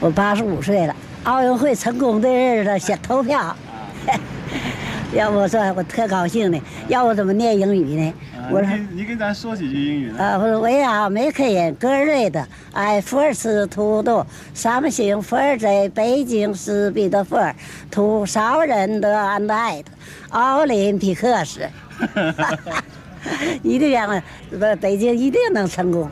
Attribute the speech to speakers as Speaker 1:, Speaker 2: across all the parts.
Speaker 1: 我八十五岁了，奥运会成功的日子想投票， 要我说我特高兴呢。要我怎么念英语呢？
Speaker 2: 啊
Speaker 1: 我
Speaker 2: 你
Speaker 1: 说
Speaker 2: 给你给咱说几句英语呢？
Speaker 1: 啊，我说 We are making great 哎 efforts to do something for the Beijing beautiful to thousand and eight Olympics。一定让我不北京一定能成功。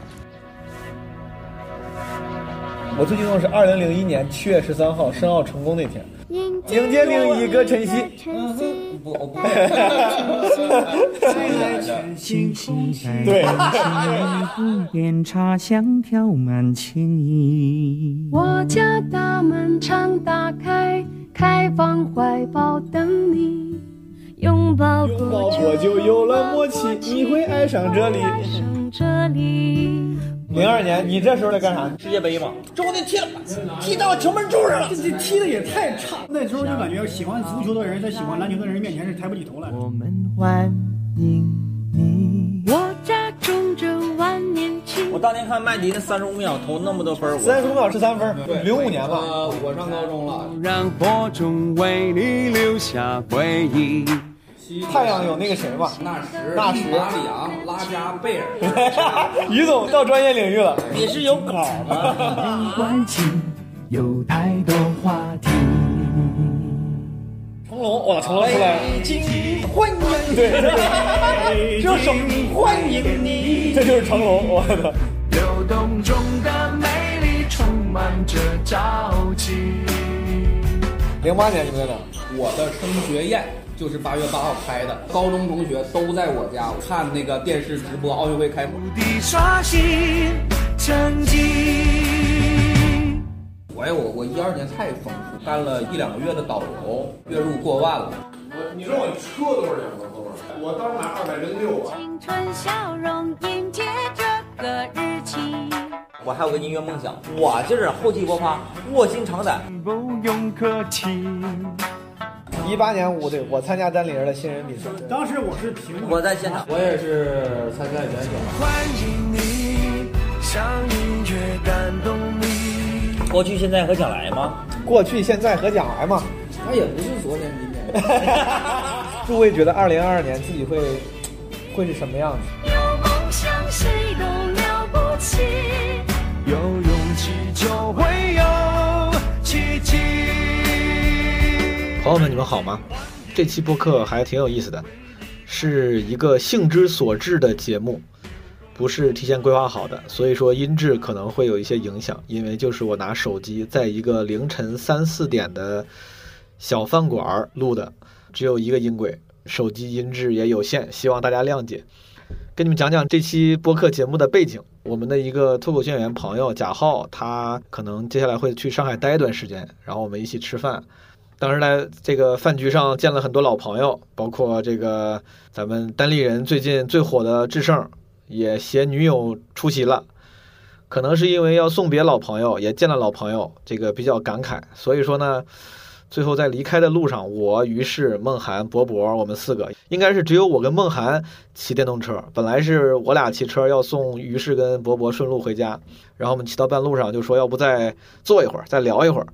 Speaker 3: 我最激动的是二零零一年七月十三号申奥成功那天，
Speaker 4: 迎
Speaker 3: 迎接另一个晨曦
Speaker 4: 晨曦，
Speaker 5: 不，我不。
Speaker 6: 星星在
Speaker 3: 对
Speaker 6: 天边，茶香飘满青衣。
Speaker 7: 我家大门常打开，开放怀抱等你，拥抱
Speaker 3: 拥抱我就有了默契，你会爱上这里。
Speaker 7: 爱上这里。
Speaker 3: 零二年，你这时候在干啥？
Speaker 5: 世界杯嘛，
Speaker 8: 中国队踢了，踢到球门柱上了。
Speaker 2: 这踢的也太差。那时候就感觉喜欢足球的人在喜欢篮球的人面前是抬不起头来的。
Speaker 6: 我们欢迎你。
Speaker 7: 我家种着万年青
Speaker 5: 我，当年看麦迪那三十五秒投那么多分，我
Speaker 3: 三十五秒是三分，零五年吧。
Speaker 8: 呃，我上高中了，
Speaker 9: 让播种为你留下回忆。
Speaker 3: 太阳有那个谁嘛？
Speaker 8: 纳什、
Speaker 3: 纳什
Speaker 8: 马里昂、拉加贝尔。
Speaker 3: 于总到专业领域了。
Speaker 5: 你是有稿吗？
Speaker 6: 关系有太多话题。
Speaker 3: 成龙，哇，成龙出来了，
Speaker 8: 京欢迎
Speaker 3: 对， 这就
Speaker 8: 这
Speaker 3: 是
Speaker 8: 首欢迎你。
Speaker 3: 这就是成龙，我操！
Speaker 9: 流动中的美丽充满着朝气。
Speaker 3: 零八年你们在哪？
Speaker 8: 我的升学宴就是八月八号开的，高中同学都在我家看那个电视直播奥运会开幕。
Speaker 9: 无敌刷新成绩。
Speaker 8: 我呀，我我一二年太丰富，干了一两个月的导游，月入过万了。
Speaker 10: 你知道我车多少钱吗？哥们儿，我当时拿二百零六啊。
Speaker 7: 青春笑容迎接这个日期。
Speaker 5: 我还有个音乐梦想，我就是厚积薄发，卧薪尝胆。
Speaker 9: 不用客气。
Speaker 3: 一八年我对我参加单立人的新人比赛，
Speaker 2: 当时我是评委，
Speaker 5: 我在现场，
Speaker 8: 我也是参赛选手。
Speaker 9: 欢迎你，像音乐感动你。
Speaker 5: 过去、现在和将来吗？
Speaker 3: 过去、现在和将来嘛。
Speaker 8: 那也不是昨天今天。
Speaker 3: 诸位觉得二零二二年自己会会是什么样子？
Speaker 7: 有梦想谁都了不起，
Speaker 9: 有勇气就会有奇迹。
Speaker 3: 朋友们，你们好吗？这期播客还挺有意思的，是一个兴之所至的节目，不是提前规划好的，所以说音质可能会有一些影响。因为就是我拿手机在一个凌晨三四点的小饭馆儿录的，只有一个音轨，手机音质也有限，希望大家谅解。跟你们讲讲这期播客节目的背景。我们的一个脱口秀演员朋友贾浩，他可能接下来会去上海待一段时间，然后我们一起吃饭。当时在这个饭局上见了很多老朋友，包括这个咱们单立人最近最火的智胜，也携女友出席了。可能是因为要送别老朋友，也见了老朋友，这个比较感慨。所以说呢，最后在离开的路上，我、于是、梦涵、博博，我们四个应该是只有我跟梦涵骑电动车。本来是我俩骑车要送于是跟博博顺路回家，然后我们骑到半路上就说要不再坐一会儿，再聊一会儿。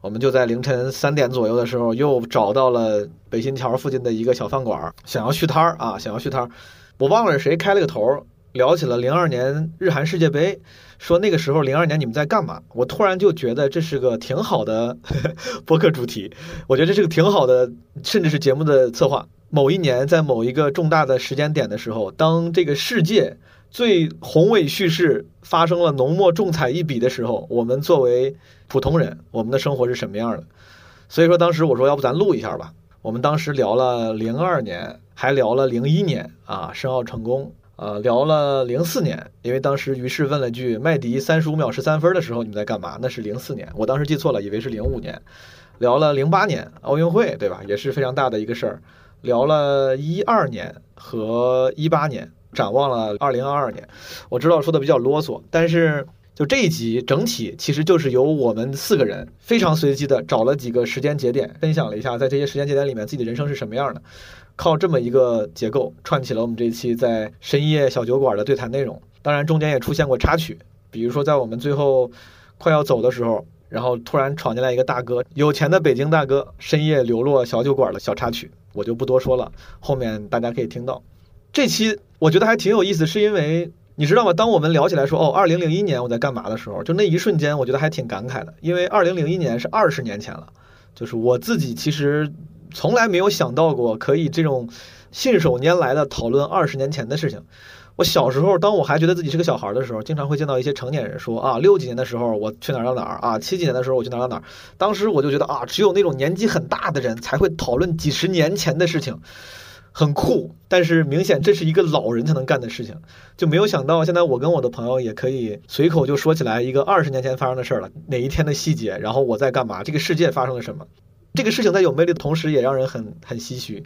Speaker 3: 我们就在凌晨三点左右的时候，又找到了北新桥附近的一个小饭馆儿，想要续摊儿啊，想要续摊儿。我忘了是谁开了个头儿，聊起了零二年日韩世界杯，说那个时候零二年你们在干嘛？我突然就觉得这是个挺好的 播客主题，我觉得这是个挺好的，甚至是节目的策划。某一年在某一个重大的时间点的时候，当这个世界最宏伟叙事发生了浓墨重彩一笔的时候，我们作为普通人，我们的生活是什么样的？所以说当时我说，要不咱录一下吧。我们当时聊了零二年，还聊了零一年啊，申奥成功，呃，聊了零四年，因为当时于是问了句麦迪三十五秒十三分的时候你们在干嘛？那是零四年，我当时记错了，以为是零五年。聊了零八年奥运会，对吧？也是非常大的一个事儿。聊了一二年和一八年，展望了二零二二年。我知道说的比较啰嗦，但是就这一集整体其实就是由我们四个人非常随机的找了几个时间节点，分享了一下在这些时间节点里面自己的人生是什么样的。靠这么一个结构串起了我们这一期在深夜小酒馆的对谈内容。当然中间也出现过插曲，比如说在我们最后快要走的时候，然后突然闯进来一个大哥，有钱的北京大哥，深夜流落小酒馆的小插曲，我就不多说了，后面大家可以听到。这期我觉得还挺有意思，是因为你知道吗？当我们聊起来说哦，二零零一年我在干嘛的时候，就那一瞬间，我觉得还挺感慨的，因为二零零一年是二十年前了，就是我自己其实从来没有想到过可以这种信手拈来的讨论二十年前的事情。我小时候，当我还觉得自己是个小孩的时候，经常会见到一些成年人说啊，六几年的时候我去哪儿到哪儿啊，七几年的时候我去哪儿到哪儿。当时我就觉得啊，只有那种年纪很大的人才会讨论几十年前的事情，很酷。但是明显这是一个老人才能干的事情，就没有想到现在我跟我的朋友也可以随口就说起来一个二十年前发生的事儿了，哪一天的细节，然后我在干嘛，这个世界发生了什么。这个事情在有魅力的同时，也让人很很唏嘘。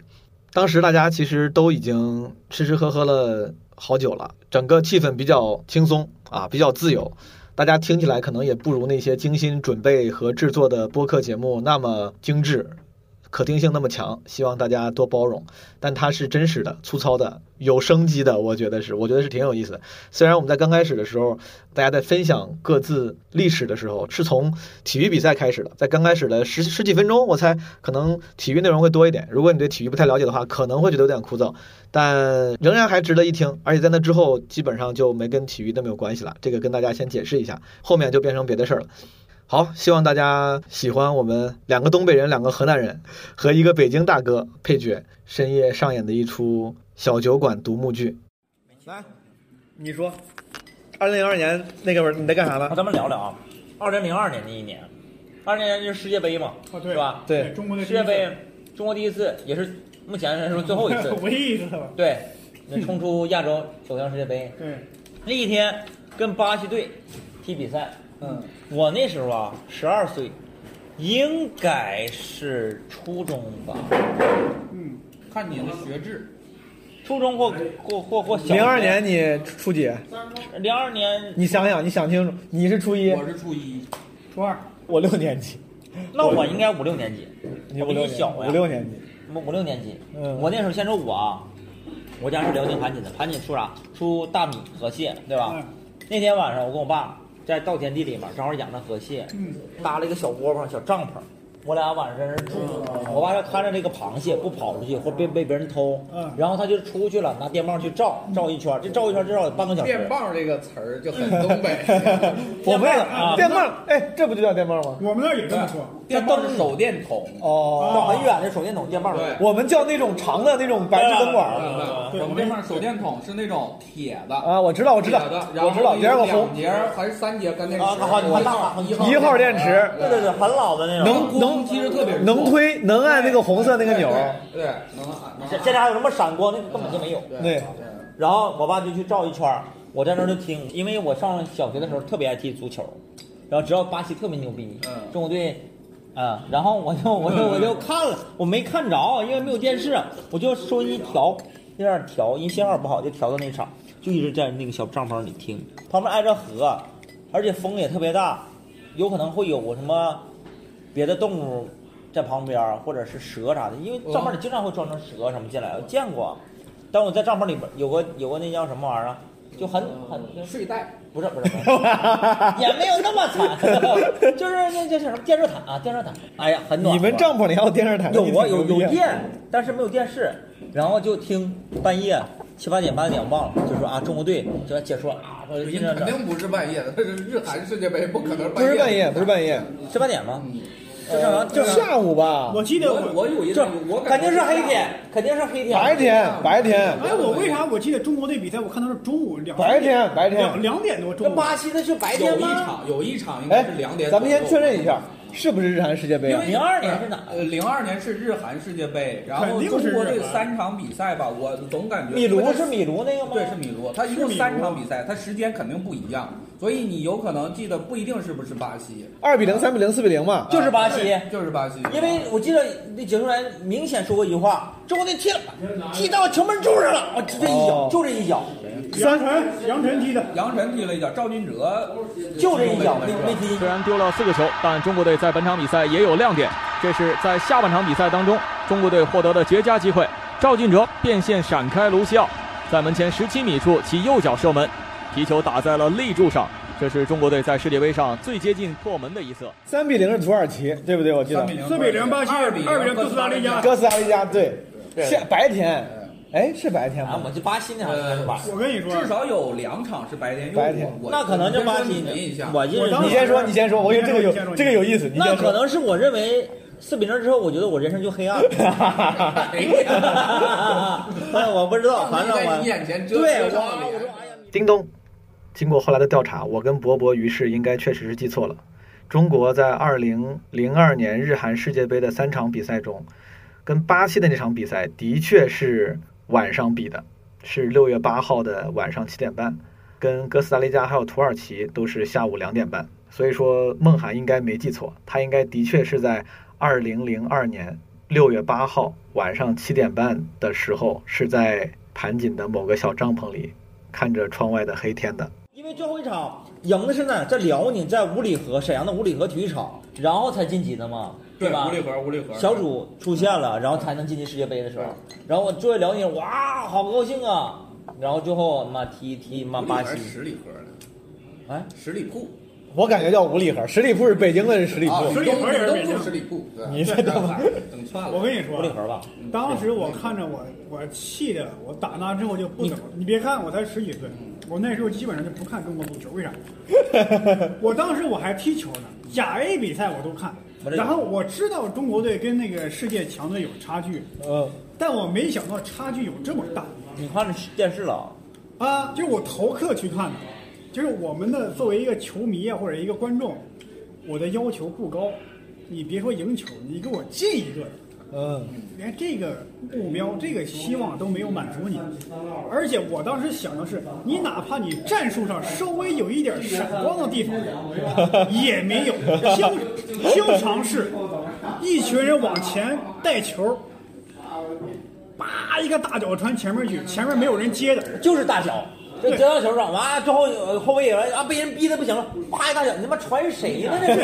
Speaker 3: 当时大家其实都已经吃吃喝喝了好久了，整个气氛比较轻松啊，比较自由。大家听起来可能也不如那些精心准备和制作的播客节目那么精致，可听性那么强。希望大家多包容，但它是真实的、粗糙的、有生机的，我觉得是，我觉得是挺有意思的。虽然我们在刚开始的时候，大家在分享各自历史的时候，是从体育比赛开始的，在刚开始的十十几分钟，我猜可能体育内容会多一点。如果你对体育不太了解的话，可能会觉得有点枯燥，但仍然还值得一听。而且在那之后，基本上就没跟体育那么有关系了。这个跟大家先解释一下，后面就变成别的事儿了。好，希望大家喜欢我们两个东北人、两个河南人和一个北京大哥配角深夜上演的一出小酒馆独幕剧。来，你说，二零零二年那个会儿你在干啥
Speaker 5: 那
Speaker 3: 了？
Speaker 5: 咱们聊聊啊，二零零二年那一年，二零年就是世界杯嘛，
Speaker 9: 啊对
Speaker 5: 是吧？
Speaker 3: 对
Speaker 9: 中国的，
Speaker 5: 世界杯，中国第一次，也是目前来说最后一次
Speaker 9: 唯一一次吧。
Speaker 5: 对，那冲出亚洲走向世界杯。
Speaker 9: 对，
Speaker 8: 嗯
Speaker 5: 那一天跟巴西队踢比赛，
Speaker 9: 嗯，
Speaker 5: 我那时候啊十二岁，应该是初中吧，
Speaker 11: 看你的学制，
Speaker 5: 初中或或或或小学。
Speaker 8: 零二年你初几？
Speaker 5: 零二年，
Speaker 8: 你想想，你想清楚，你是初一，
Speaker 11: 我是初一，
Speaker 9: 初二，
Speaker 8: 我六年级，
Speaker 5: 那我应该五六年级，
Speaker 8: 你
Speaker 5: 我
Speaker 8: 五
Speaker 5: 比
Speaker 8: 六
Speaker 5: 你
Speaker 8: 年
Speaker 5: 小呀，
Speaker 8: 五六年级，
Speaker 5: 五五六年级。
Speaker 8: 嗯
Speaker 5: 我那时候先说我啊，我家是辽宁盘锦的，盘锦出啥？出大米河蟹，对吧？
Speaker 9: 嗯
Speaker 5: 那天晚上我跟我爸在稻田地里面正好养着河蟹，
Speaker 9: 嗯，
Speaker 5: 搭了一个小窝棚、小帐篷。我俩晚上在那儿住，
Speaker 8: 嗯
Speaker 5: 我爸要看着这个螃蟹不跑出去，或被被别人偷
Speaker 9: 嗯，
Speaker 5: 然后他就出去了，拿电棒去照，
Speaker 8: 嗯
Speaker 5: 照一圈儿，这照一圈儿至少得半个小时。
Speaker 11: 电棒这个词儿就很东北。
Speaker 8: 我们
Speaker 5: 啊
Speaker 8: 电棒，哎，这不就叫电棒吗？
Speaker 9: 我们那儿也这么说。
Speaker 11: 电棒是手电筒，
Speaker 8: 哦，
Speaker 5: 找很远的手电筒电棒，
Speaker 11: 对
Speaker 8: 我们叫那种长的那种白炽灯管儿
Speaker 11: 对呃我们这块手电筒是那种铁的，
Speaker 8: 啊，我知道，我知道
Speaker 11: 铁的，，然
Speaker 8: 我
Speaker 11: 后
Speaker 8: 知道，
Speaker 11: 有
Speaker 8: 别让我
Speaker 11: 两
Speaker 8: 红，
Speaker 11: 节儿还是三节干电池，
Speaker 5: 啊好你看大
Speaker 11: 一
Speaker 8: 一号电池
Speaker 5: 对对对，很老的那种。
Speaker 8: 能能
Speaker 11: 其实特别
Speaker 8: 能推能按那个红色那个钮儿，
Speaker 11: 对，对能按能啊
Speaker 5: 这
Speaker 11: 按
Speaker 5: 这俩有什么闪光？那个根本就没有。
Speaker 8: 对，
Speaker 5: 然后我爸就去照一圈儿，我在那儿就听，因为我上小学的时候特别爱踢足球，然后知道巴西特别牛逼，
Speaker 11: 嗯
Speaker 5: 中国队，嗯，然后我就 我就我就看了，我没看着，因为没有电视，我就收音机调，那样调，因为信号不好，就调到那场，就一直在那个小帐篷里听，旁边挨着河，而且风也特别大，有可能会有什么别的动物在旁边儿，或者是蛇啥的，因为帐篷里经常会装成蛇什么进来，我见过。但我在帐篷里边有个有个那叫什么玩意儿啊，就很很
Speaker 11: 呃睡袋，
Speaker 5: 不是不是，不 是也没有那么惨， 就是那叫什么电热毯啊，电热毯，哎呀，很暖和。
Speaker 8: 你们帐篷里还有电视台？
Speaker 5: 有啊
Speaker 8: 你
Speaker 5: 有
Speaker 8: 挺牛逼
Speaker 5: 有
Speaker 8: 啊，
Speaker 5: 电，但是没有电视，然后就听半夜七八点八点忘了，就说啊中国队就要解说啊，我就
Speaker 11: 你
Speaker 5: 听着
Speaker 11: 肯
Speaker 5: 这
Speaker 11: 定不是半夜的， 这是日韩世界杯，不可能
Speaker 8: 不是半夜，不是半夜，
Speaker 5: 七八点吗？
Speaker 11: 嗯
Speaker 8: 正常
Speaker 5: 正常
Speaker 8: 下午吧，
Speaker 9: 我记得
Speaker 11: 我
Speaker 9: 我，
Speaker 11: 我有一
Speaker 5: 这
Speaker 11: 种，嗯我
Speaker 5: 肯
Speaker 11: 感觉
Speaker 5: 定是黑天，肯定是黑天。啊
Speaker 8: 白天白天
Speaker 9: 哎，我为啥我记得中国队比赛，我看到是中午两
Speaker 8: 白天白
Speaker 9: 两
Speaker 8: 天，
Speaker 9: 两点多中
Speaker 5: 那
Speaker 9: 午。
Speaker 5: 巴西的是白
Speaker 11: 有
Speaker 5: 天
Speaker 11: 一
Speaker 5: 吗？
Speaker 11: 场有一场应该
Speaker 8: 哎
Speaker 11: 是两，点，
Speaker 8: 咱们先确认一下，，是不是日韩世界杯
Speaker 11: 因
Speaker 8: 啊
Speaker 5: 02
Speaker 11: 为？
Speaker 5: 年是哪儿
Speaker 11: 呃，零二年是日韩世界杯，然
Speaker 9: 肯
Speaker 11: 后
Speaker 9: 定
Speaker 11: 中
Speaker 9: 是
Speaker 11: 国队
Speaker 9: 日韩
Speaker 11: 三场比赛吧，我总感觉
Speaker 5: 米
Speaker 11: 因为
Speaker 5: 卢
Speaker 11: 它
Speaker 5: 是米卢那个吗？
Speaker 11: 啊对，是米卢，它一共三场比赛，它时间肯定不一样，所以你有可能记得不一定是不是巴西，
Speaker 8: 二比零、三比零、四比零嘛，
Speaker 5: 就是巴西。
Speaker 11: 就是巴西，
Speaker 5: 因为我记得那解说员明显说过一句话：“中国队踢了，踢到球门柱上了，我就这一脚，
Speaker 8: 哦
Speaker 5: 就这一脚，
Speaker 9: 杨晨，杨晨踢的。
Speaker 11: 杨晨踢了一脚，赵俊哲
Speaker 5: 就这一脚，没没踢进
Speaker 12: 虽然丢了四个球，但中国队在本场比赛也有亮点。这是在下半场比赛当中，中国队获得的绝佳机会。赵俊哲变线闪开卢西奥，在门前十七米处其右脚射门，皮球打在了立柱上。这是中国队在世界杯上最接近破门的一次。
Speaker 8: 三比零是土耳其，对不对？我记得
Speaker 9: 4比0巴西2比0哥斯达黎加
Speaker 8: 哥斯达黎加对，
Speaker 9: 对
Speaker 8: 下白天，哎，是白天
Speaker 5: 啊
Speaker 8: 吗？，
Speaker 5: 我就巴西那场应该是吧？
Speaker 9: 我跟你说
Speaker 11: 至少有两场是白天，因为
Speaker 8: 白天
Speaker 11: 我我
Speaker 5: 那可能就巴西
Speaker 11: 我跟你一下，
Speaker 5: 我认为
Speaker 8: 你先说，你先说，我跟你这个
Speaker 5: 你先
Speaker 8: 有
Speaker 5: 说
Speaker 8: 这个有意思，你
Speaker 5: 那
Speaker 8: 先
Speaker 5: 可
Speaker 8: 说。
Speaker 5: 能是我认为四比零之后，我觉得我人生就黑暗了。 哎，我不知 道，反正我
Speaker 11: 在你眼前遮
Speaker 5: 对，
Speaker 11: 遮
Speaker 5: 我
Speaker 11: 上脸
Speaker 3: 叮咚，经过后来的调查，我跟博博于是应该确实是记错了。中国在二零零二年日韩世界杯的三场比赛中，跟巴西的那场比赛的确是晚上比的，是六月八号的晚上七点半，跟哥斯达黎加还有土耳其都是下午两点半。所以说，孟涵应该没记错，他应该的确是在二零零二年六月八号晚上七点半的时候，是在盘锦的某个小帐篷里看着窗外的黑天的。
Speaker 5: 因为最后一场赢的是呢，在辽宁，在五里河，沈阳的五里河体育场，然后才晋级的嘛，
Speaker 11: 对
Speaker 5: 吧？
Speaker 11: 五里河，五里河
Speaker 5: 小组出现了，然后才能晋级世界杯的时候。然后我作为辽宁，人，哇，好高兴啊！然后最后妈踢踢妈巴西，
Speaker 11: 十里河的，
Speaker 5: 哎，
Speaker 11: 十里铺，
Speaker 8: 我感觉叫五里河，十里铺是北京的，是十里铺
Speaker 11: 啊，。
Speaker 9: 十里铺也是
Speaker 11: 东
Speaker 9: 北京
Speaker 11: 十里铺，对，
Speaker 8: 你在
Speaker 11: 这
Speaker 8: 干嘛
Speaker 11: 整串了。
Speaker 9: 我跟你说，
Speaker 5: 五里河吧，
Speaker 9: 当时我看着我，我气的，我打那之后就不怎么。你别看我嗯才十几岁，我那时候基本上就不看中国足球， 为啥？我当时我还踢球呢，甲 A 比赛我都看，然后我知道中国队跟那个世界强队有差距，
Speaker 8: 嗯，
Speaker 9: 但我没想到差距有这么大
Speaker 5: 你看着电视了啊？
Speaker 9: 啊！就是我逃课去看的，就是我们的作为一个球迷啊或者一个观众，我的要求不高，你别说赢球，你给我进一个。
Speaker 8: 嗯，
Speaker 9: 连这个目标、这个希望都没有满足你，而且我当时想的是，你哪怕你战术上稍微有一点闪光的地方，也没有，经经常是一群人往前带球，叭一个大脚传前面去，前面没有人接的，
Speaker 5: 就是大脚，就
Speaker 9: 对
Speaker 5: 接到球上，完了之后呃后卫也来啊，被人逼的不行了，啪一大脚，你他妈传谁呢？这是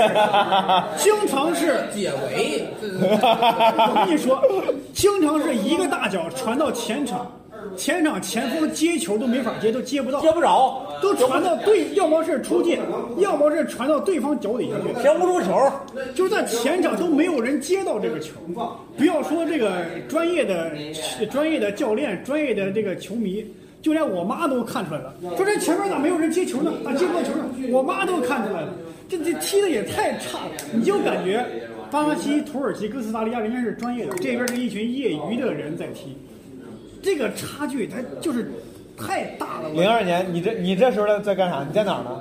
Speaker 9: 经常是
Speaker 11: 解围， 这是
Speaker 9: 我跟你说，经常是一个大脚传到前场，前场前锋接球都没法接，都接不到，
Speaker 5: 接不着，
Speaker 9: 都传到对，要么是出界，要么是传到对方脚底下去，
Speaker 5: 停不住球。
Speaker 9: 就是在前场都没有人接到这个球。不要说这个专业的、专业的教练、专业的这个球迷。就连我妈都看出来了，说这前面咋没有人接球呢？咋接不到球呢？我妈都看出来了，这这踢的也太差了。你就感觉巴西、土耳其、哥斯达黎加人家是专业的，这边是一群业余的人在踢，这个差距它就是太大了。我
Speaker 8: 零二年，你这你这时候在在干啥？你在哪儿呢？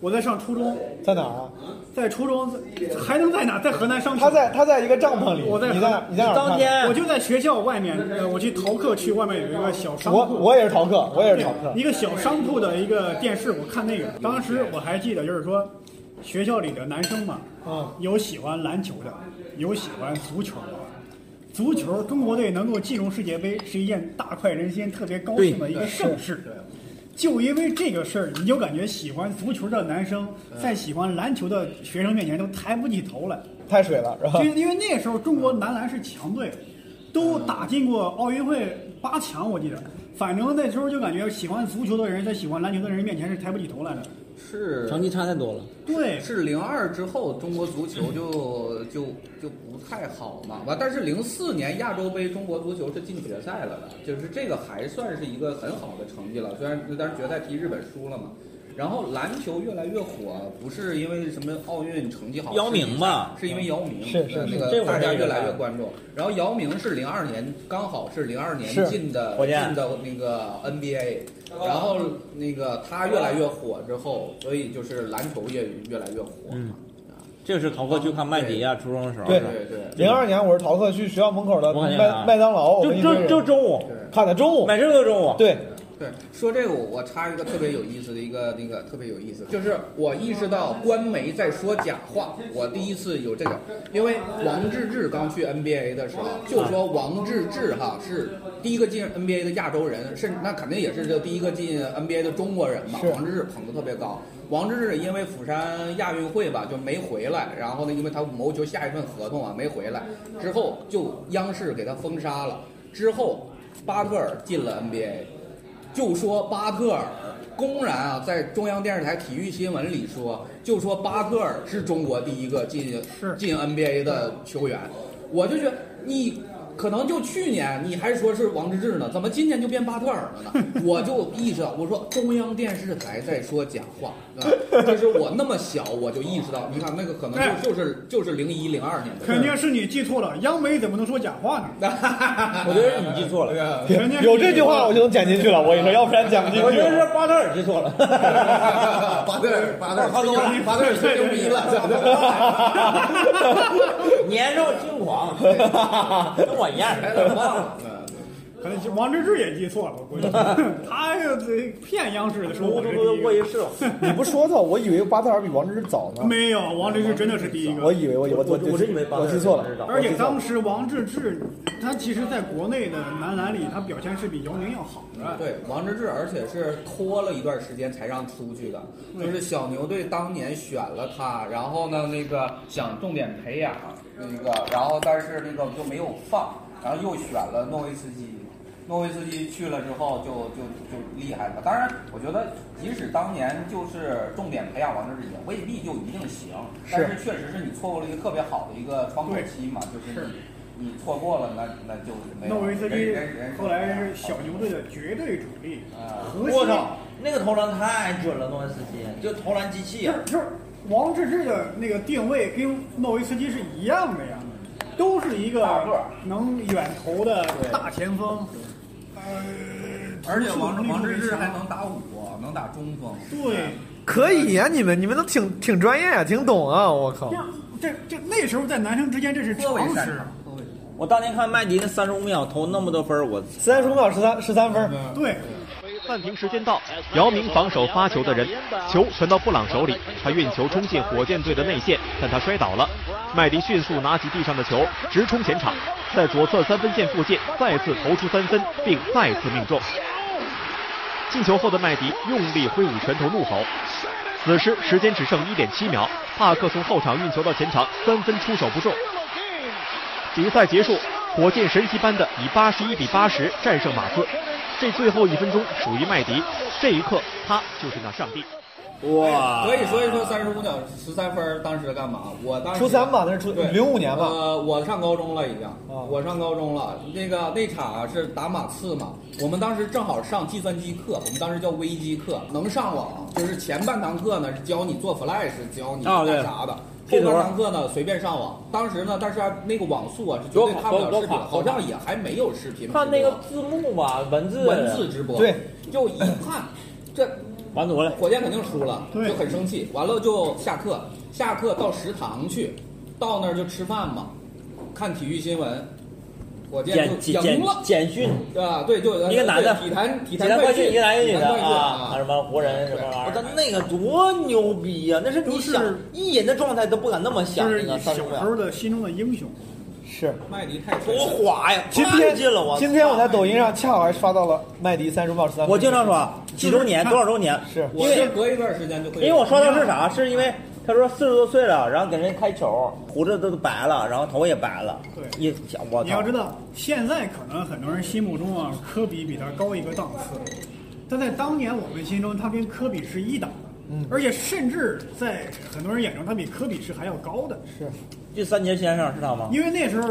Speaker 9: 我在上初中，
Speaker 8: 在哪儿啊？
Speaker 9: 在初中在还能在哪？在河南商
Speaker 8: 他
Speaker 9: 丘。
Speaker 8: 在他在一个帐篷里，
Speaker 9: 我在
Speaker 8: 你在哪你在哪儿看的？
Speaker 5: 当天
Speaker 9: 我就在学校外面，呃，我去逃课去外面有一个小商
Speaker 8: 我
Speaker 9: 铺，
Speaker 8: 我也是逃
Speaker 5: 啊
Speaker 8: 课，我也是逃课
Speaker 9: 对，一个小商铺的一个电视，我看那个。当时我还记得，就是说学校里的男生嘛，
Speaker 8: 嗯，
Speaker 9: 有喜欢篮球的，有喜欢足球的。足球中国队能够进入世界杯是一件大快人心、特别高兴的一个盛事。就因为这个事儿，你就感觉喜欢足球的男生在喜欢篮球的学生面前都抬不起头来。
Speaker 8: 太水了， 然后
Speaker 9: 就是因为那时候中国男篮是强队，都打进过奥运会八强，我记得。反正那时候就感觉喜欢足球的人在喜欢篮球的人面前是抬不起头来的。
Speaker 11: 是
Speaker 5: 绩差太多了，
Speaker 9: 对，
Speaker 11: 是零二之后，中国足球就就就不太好嘛。完，但是零四年亚洲杯，中国足球是进决赛了的，就是这个还算是一个很好的成绩了。虽然但是决赛踢日本输了嘛。然后篮球越来越火，不是因为什么奥运成绩好，
Speaker 5: 姚明吧
Speaker 11: 是因为姚明，
Speaker 8: 是是
Speaker 11: 呃
Speaker 8: 是
Speaker 11: 那
Speaker 5: 这
Speaker 11: 个
Speaker 5: 我
Speaker 11: 大家
Speaker 5: 这个
Speaker 11: 越来越关注。然后姚明是零二年，刚好是零二年
Speaker 8: 是
Speaker 11: 进的
Speaker 5: 火
Speaker 11: 进
Speaker 5: 箭
Speaker 11: 的那个 NBA，然后那个他越来越火之后，所以就是篮球也越来越火。
Speaker 5: 嗯这是逃课去看麦迪啊，初中的时候。
Speaker 8: 对
Speaker 11: 对对，
Speaker 8: 零二年我是逃课去学校门口的
Speaker 5: 我感觉啊
Speaker 8: 麦麦当劳，我
Speaker 5: 就
Speaker 8: 跟一堆
Speaker 5: 就
Speaker 8: 人
Speaker 5: 就中午，
Speaker 8: 看的中午，
Speaker 5: 每次都中午。
Speaker 8: 对，
Speaker 11: 对，说这个我我插一个特别有意思的一个那个特别有意思，就是我意识到官媒在说假话，我第一次有这个，因为王治郅刚去 NBA 的时候就说王治郅哈是第一个进 NBA 的亚洲人，甚至那肯定也是就第一个进 NBA 的中国人嘛，
Speaker 8: 是
Speaker 11: 王治郅捧得特别高。王治郅因为釜山亚运会吧就没回来，然后呢，因为他谋求下一份合同啊没回来，之后就央视给他封杀了。之后巴特尔进了 NBA，就说巴特尔公然啊，在中央电视台体育新闻里说，就说巴克尔是中国第一个进进 NBA 的球员，我就觉得你。可能就去年你还说是王治郅呢，怎么今年就变巴特尔了 呢？我就意识到，我说中央电视台在说假话， 对吧这是我那么小我就意识到，你看那个可能就就是就是零一零二年的事
Speaker 9: 哎
Speaker 11: 儿，
Speaker 9: 肯定是你记错了，央媒怎么能说假话呢？
Speaker 5: 我觉得你记错了，
Speaker 9: 人家
Speaker 8: 有这句话我就能剪进去了。我跟你说，要不然剪不进去。
Speaker 5: 我觉 得是巴特尔记错了，
Speaker 11: 巴特尔巴特尔
Speaker 5: 他都
Speaker 11: 吹牛巴特尔吹牛逼
Speaker 5: 了， 年少轻 狂，跟我一样。
Speaker 9: 可能王治郅也记错了，我估计他又得骗央视的说我是第一个
Speaker 5: 我也是，
Speaker 8: 你不说他，我以为巴特尔比王治郅早 呢。
Speaker 9: 没有，王治郅真的是第一个。
Speaker 8: 我以为我以为我
Speaker 5: 我是以为巴特
Speaker 8: 我
Speaker 5: 尔
Speaker 8: 记错
Speaker 5: 比王
Speaker 8: 了，
Speaker 5: 治郅早
Speaker 9: 而且当时王治郅，他其实在国内的男篮里，他表现是比姚明要好的。
Speaker 11: 对，王治郅，而且是拖了一段时间才让出去的。
Speaker 9: 嗯
Speaker 11: 就是小牛队当年选了他，然后呢，那个想重点培养那个，然后但是那个就没有放，然后又选了诺维斯基。诺维斯基去了之后就就就厉害了。当然，我觉得即使当年就是重点培养王治郅，也未必就一定行。但是确实是你错过了一个特别好的一个窗口期嘛，就是你你错过了，那那就没有。
Speaker 9: 诺维斯
Speaker 11: 人
Speaker 9: 基
Speaker 11: 人人
Speaker 9: 后来是小牛队的绝对主力，
Speaker 11: 啊
Speaker 9: 核
Speaker 5: 我
Speaker 9: 心。
Speaker 5: 操，那个投篮太准了，诺维斯基就投篮机器啊
Speaker 9: 就是。就
Speaker 5: 呀
Speaker 9: 是王治郅的那个定位跟诺维斯基是一样的呀，都是一个能远投的大前锋。呃
Speaker 11: 而且王王治郅还能打五，能打中锋。
Speaker 9: 对，
Speaker 8: 可以呀、你们你们都挺挺专业呀、挺懂啊！我靠
Speaker 9: 这，
Speaker 11: 嗯
Speaker 9: 这这那时候在男生之间这是常识。
Speaker 5: 我当年看麦迪那三十五秒投那么多分儿，我
Speaker 8: 三十五秒十三十三分，
Speaker 9: 对，
Speaker 13: 暂停时间到，姚明防守发球的人，球传到布朗手里，他运球冲进火箭队的内线，但他摔倒了。麦迪迅速拿起地上的球，直冲前场，在左侧三分线附近再次投出三分，并再次命中。进球后的麦迪用力挥舞拳头怒吼。此时时间只剩一点七秒，帕克从后场运球到前场，三分出手不中。比赛结束，火箭神奇般的以八十一比八十战胜马刺。这最后一分钟属于麦迪，这一刻他就是那上帝。
Speaker 5: 哇
Speaker 11: 所以所以说三十五秒十三分儿当时干嘛？我当时
Speaker 8: 初三吧那是初
Speaker 11: 对
Speaker 8: 05年吧啊
Speaker 11: 呃，我上高中了已经，我上高中了。那个那场啊是打马刺嘛，我们当时正好上计算机课，我们当时叫微机课，能上网。就是前半堂课呢是教你做 Flash，教你
Speaker 5: 啊
Speaker 11: 干
Speaker 5: 对
Speaker 11: 啥的。后
Speaker 5: 这
Speaker 11: 半
Speaker 5: 段儿
Speaker 11: 堂课呢，随便上网。当时呢，但是啊那个网速啊是绝
Speaker 5: 多
Speaker 11: 对
Speaker 5: 卡
Speaker 11: 看不了
Speaker 5: 多
Speaker 11: 视频，
Speaker 5: 卡
Speaker 11: 好像也还没有视频直播。
Speaker 5: 看那个字幕吧，文字
Speaker 11: 文字直播，
Speaker 5: 对，
Speaker 11: 就一看这
Speaker 5: 完犊了，
Speaker 11: 火箭肯定输了，就很生气。完了就下课，下课到食堂去，到那儿就吃饭嘛，看体育新闻，火箭
Speaker 5: 简
Speaker 11: 就
Speaker 5: 简
Speaker 11: 赢
Speaker 5: 简
Speaker 11: 了，
Speaker 5: 简讯，
Speaker 11: 啊，对，就
Speaker 5: 一个男的
Speaker 11: 对体坛
Speaker 5: 体
Speaker 11: 体
Speaker 5: 坛快
Speaker 11: 讯，
Speaker 5: 一个男一
Speaker 11: 体
Speaker 5: 女
Speaker 11: 坛
Speaker 5: 的
Speaker 11: 快讯
Speaker 5: 啊，什么湖人什么玩意儿，但那个多牛逼呀！那是你想一人的状态都不敢那么想，
Speaker 9: 就是
Speaker 5: 那
Speaker 9: 你
Speaker 5: 个
Speaker 9: 小
Speaker 5: 三十
Speaker 9: 时
Speaker 5: 五秒
Speaker 9: 候的心中的英雄。
Speaker 8: 是
Speaker 11: 麦迪太
Speaker 5: 多滑呀！
Speaker 8: 今
Speaker 5: 太
Speaker 8: 天
Speaker 5: 近了，我
Speaker 8: 今天我在抖音上恰好还刷到了麦迪三十五秒十三分，
Speaker 5: 我经常说啊几周年多少周年，
Speaker 8: 是
Speaker 11: 我
Speaker 5: 因为
Speaker 11: 是隔一段时间就会，
Speaker 5: 因为我刷到是啥，是因为他说四十多岁了，然后给人开球，胡子都白了，然后头发也白了，
Speaker 9: 对
Speaker 5: 一想我
Speaker 9: 你要
Speaker 5: 操
Speaker 9: 知，道，现在可能很多人心目中啊，科比比他高一个档次，但在当年我们心中，他跟科比是一档的，而且甚至在很多人眼中，他比科比是还要高的，
Speaker 8: 是
Speaker 5: 这三杰先生是他吗？
Speaker 9: 因为那时候。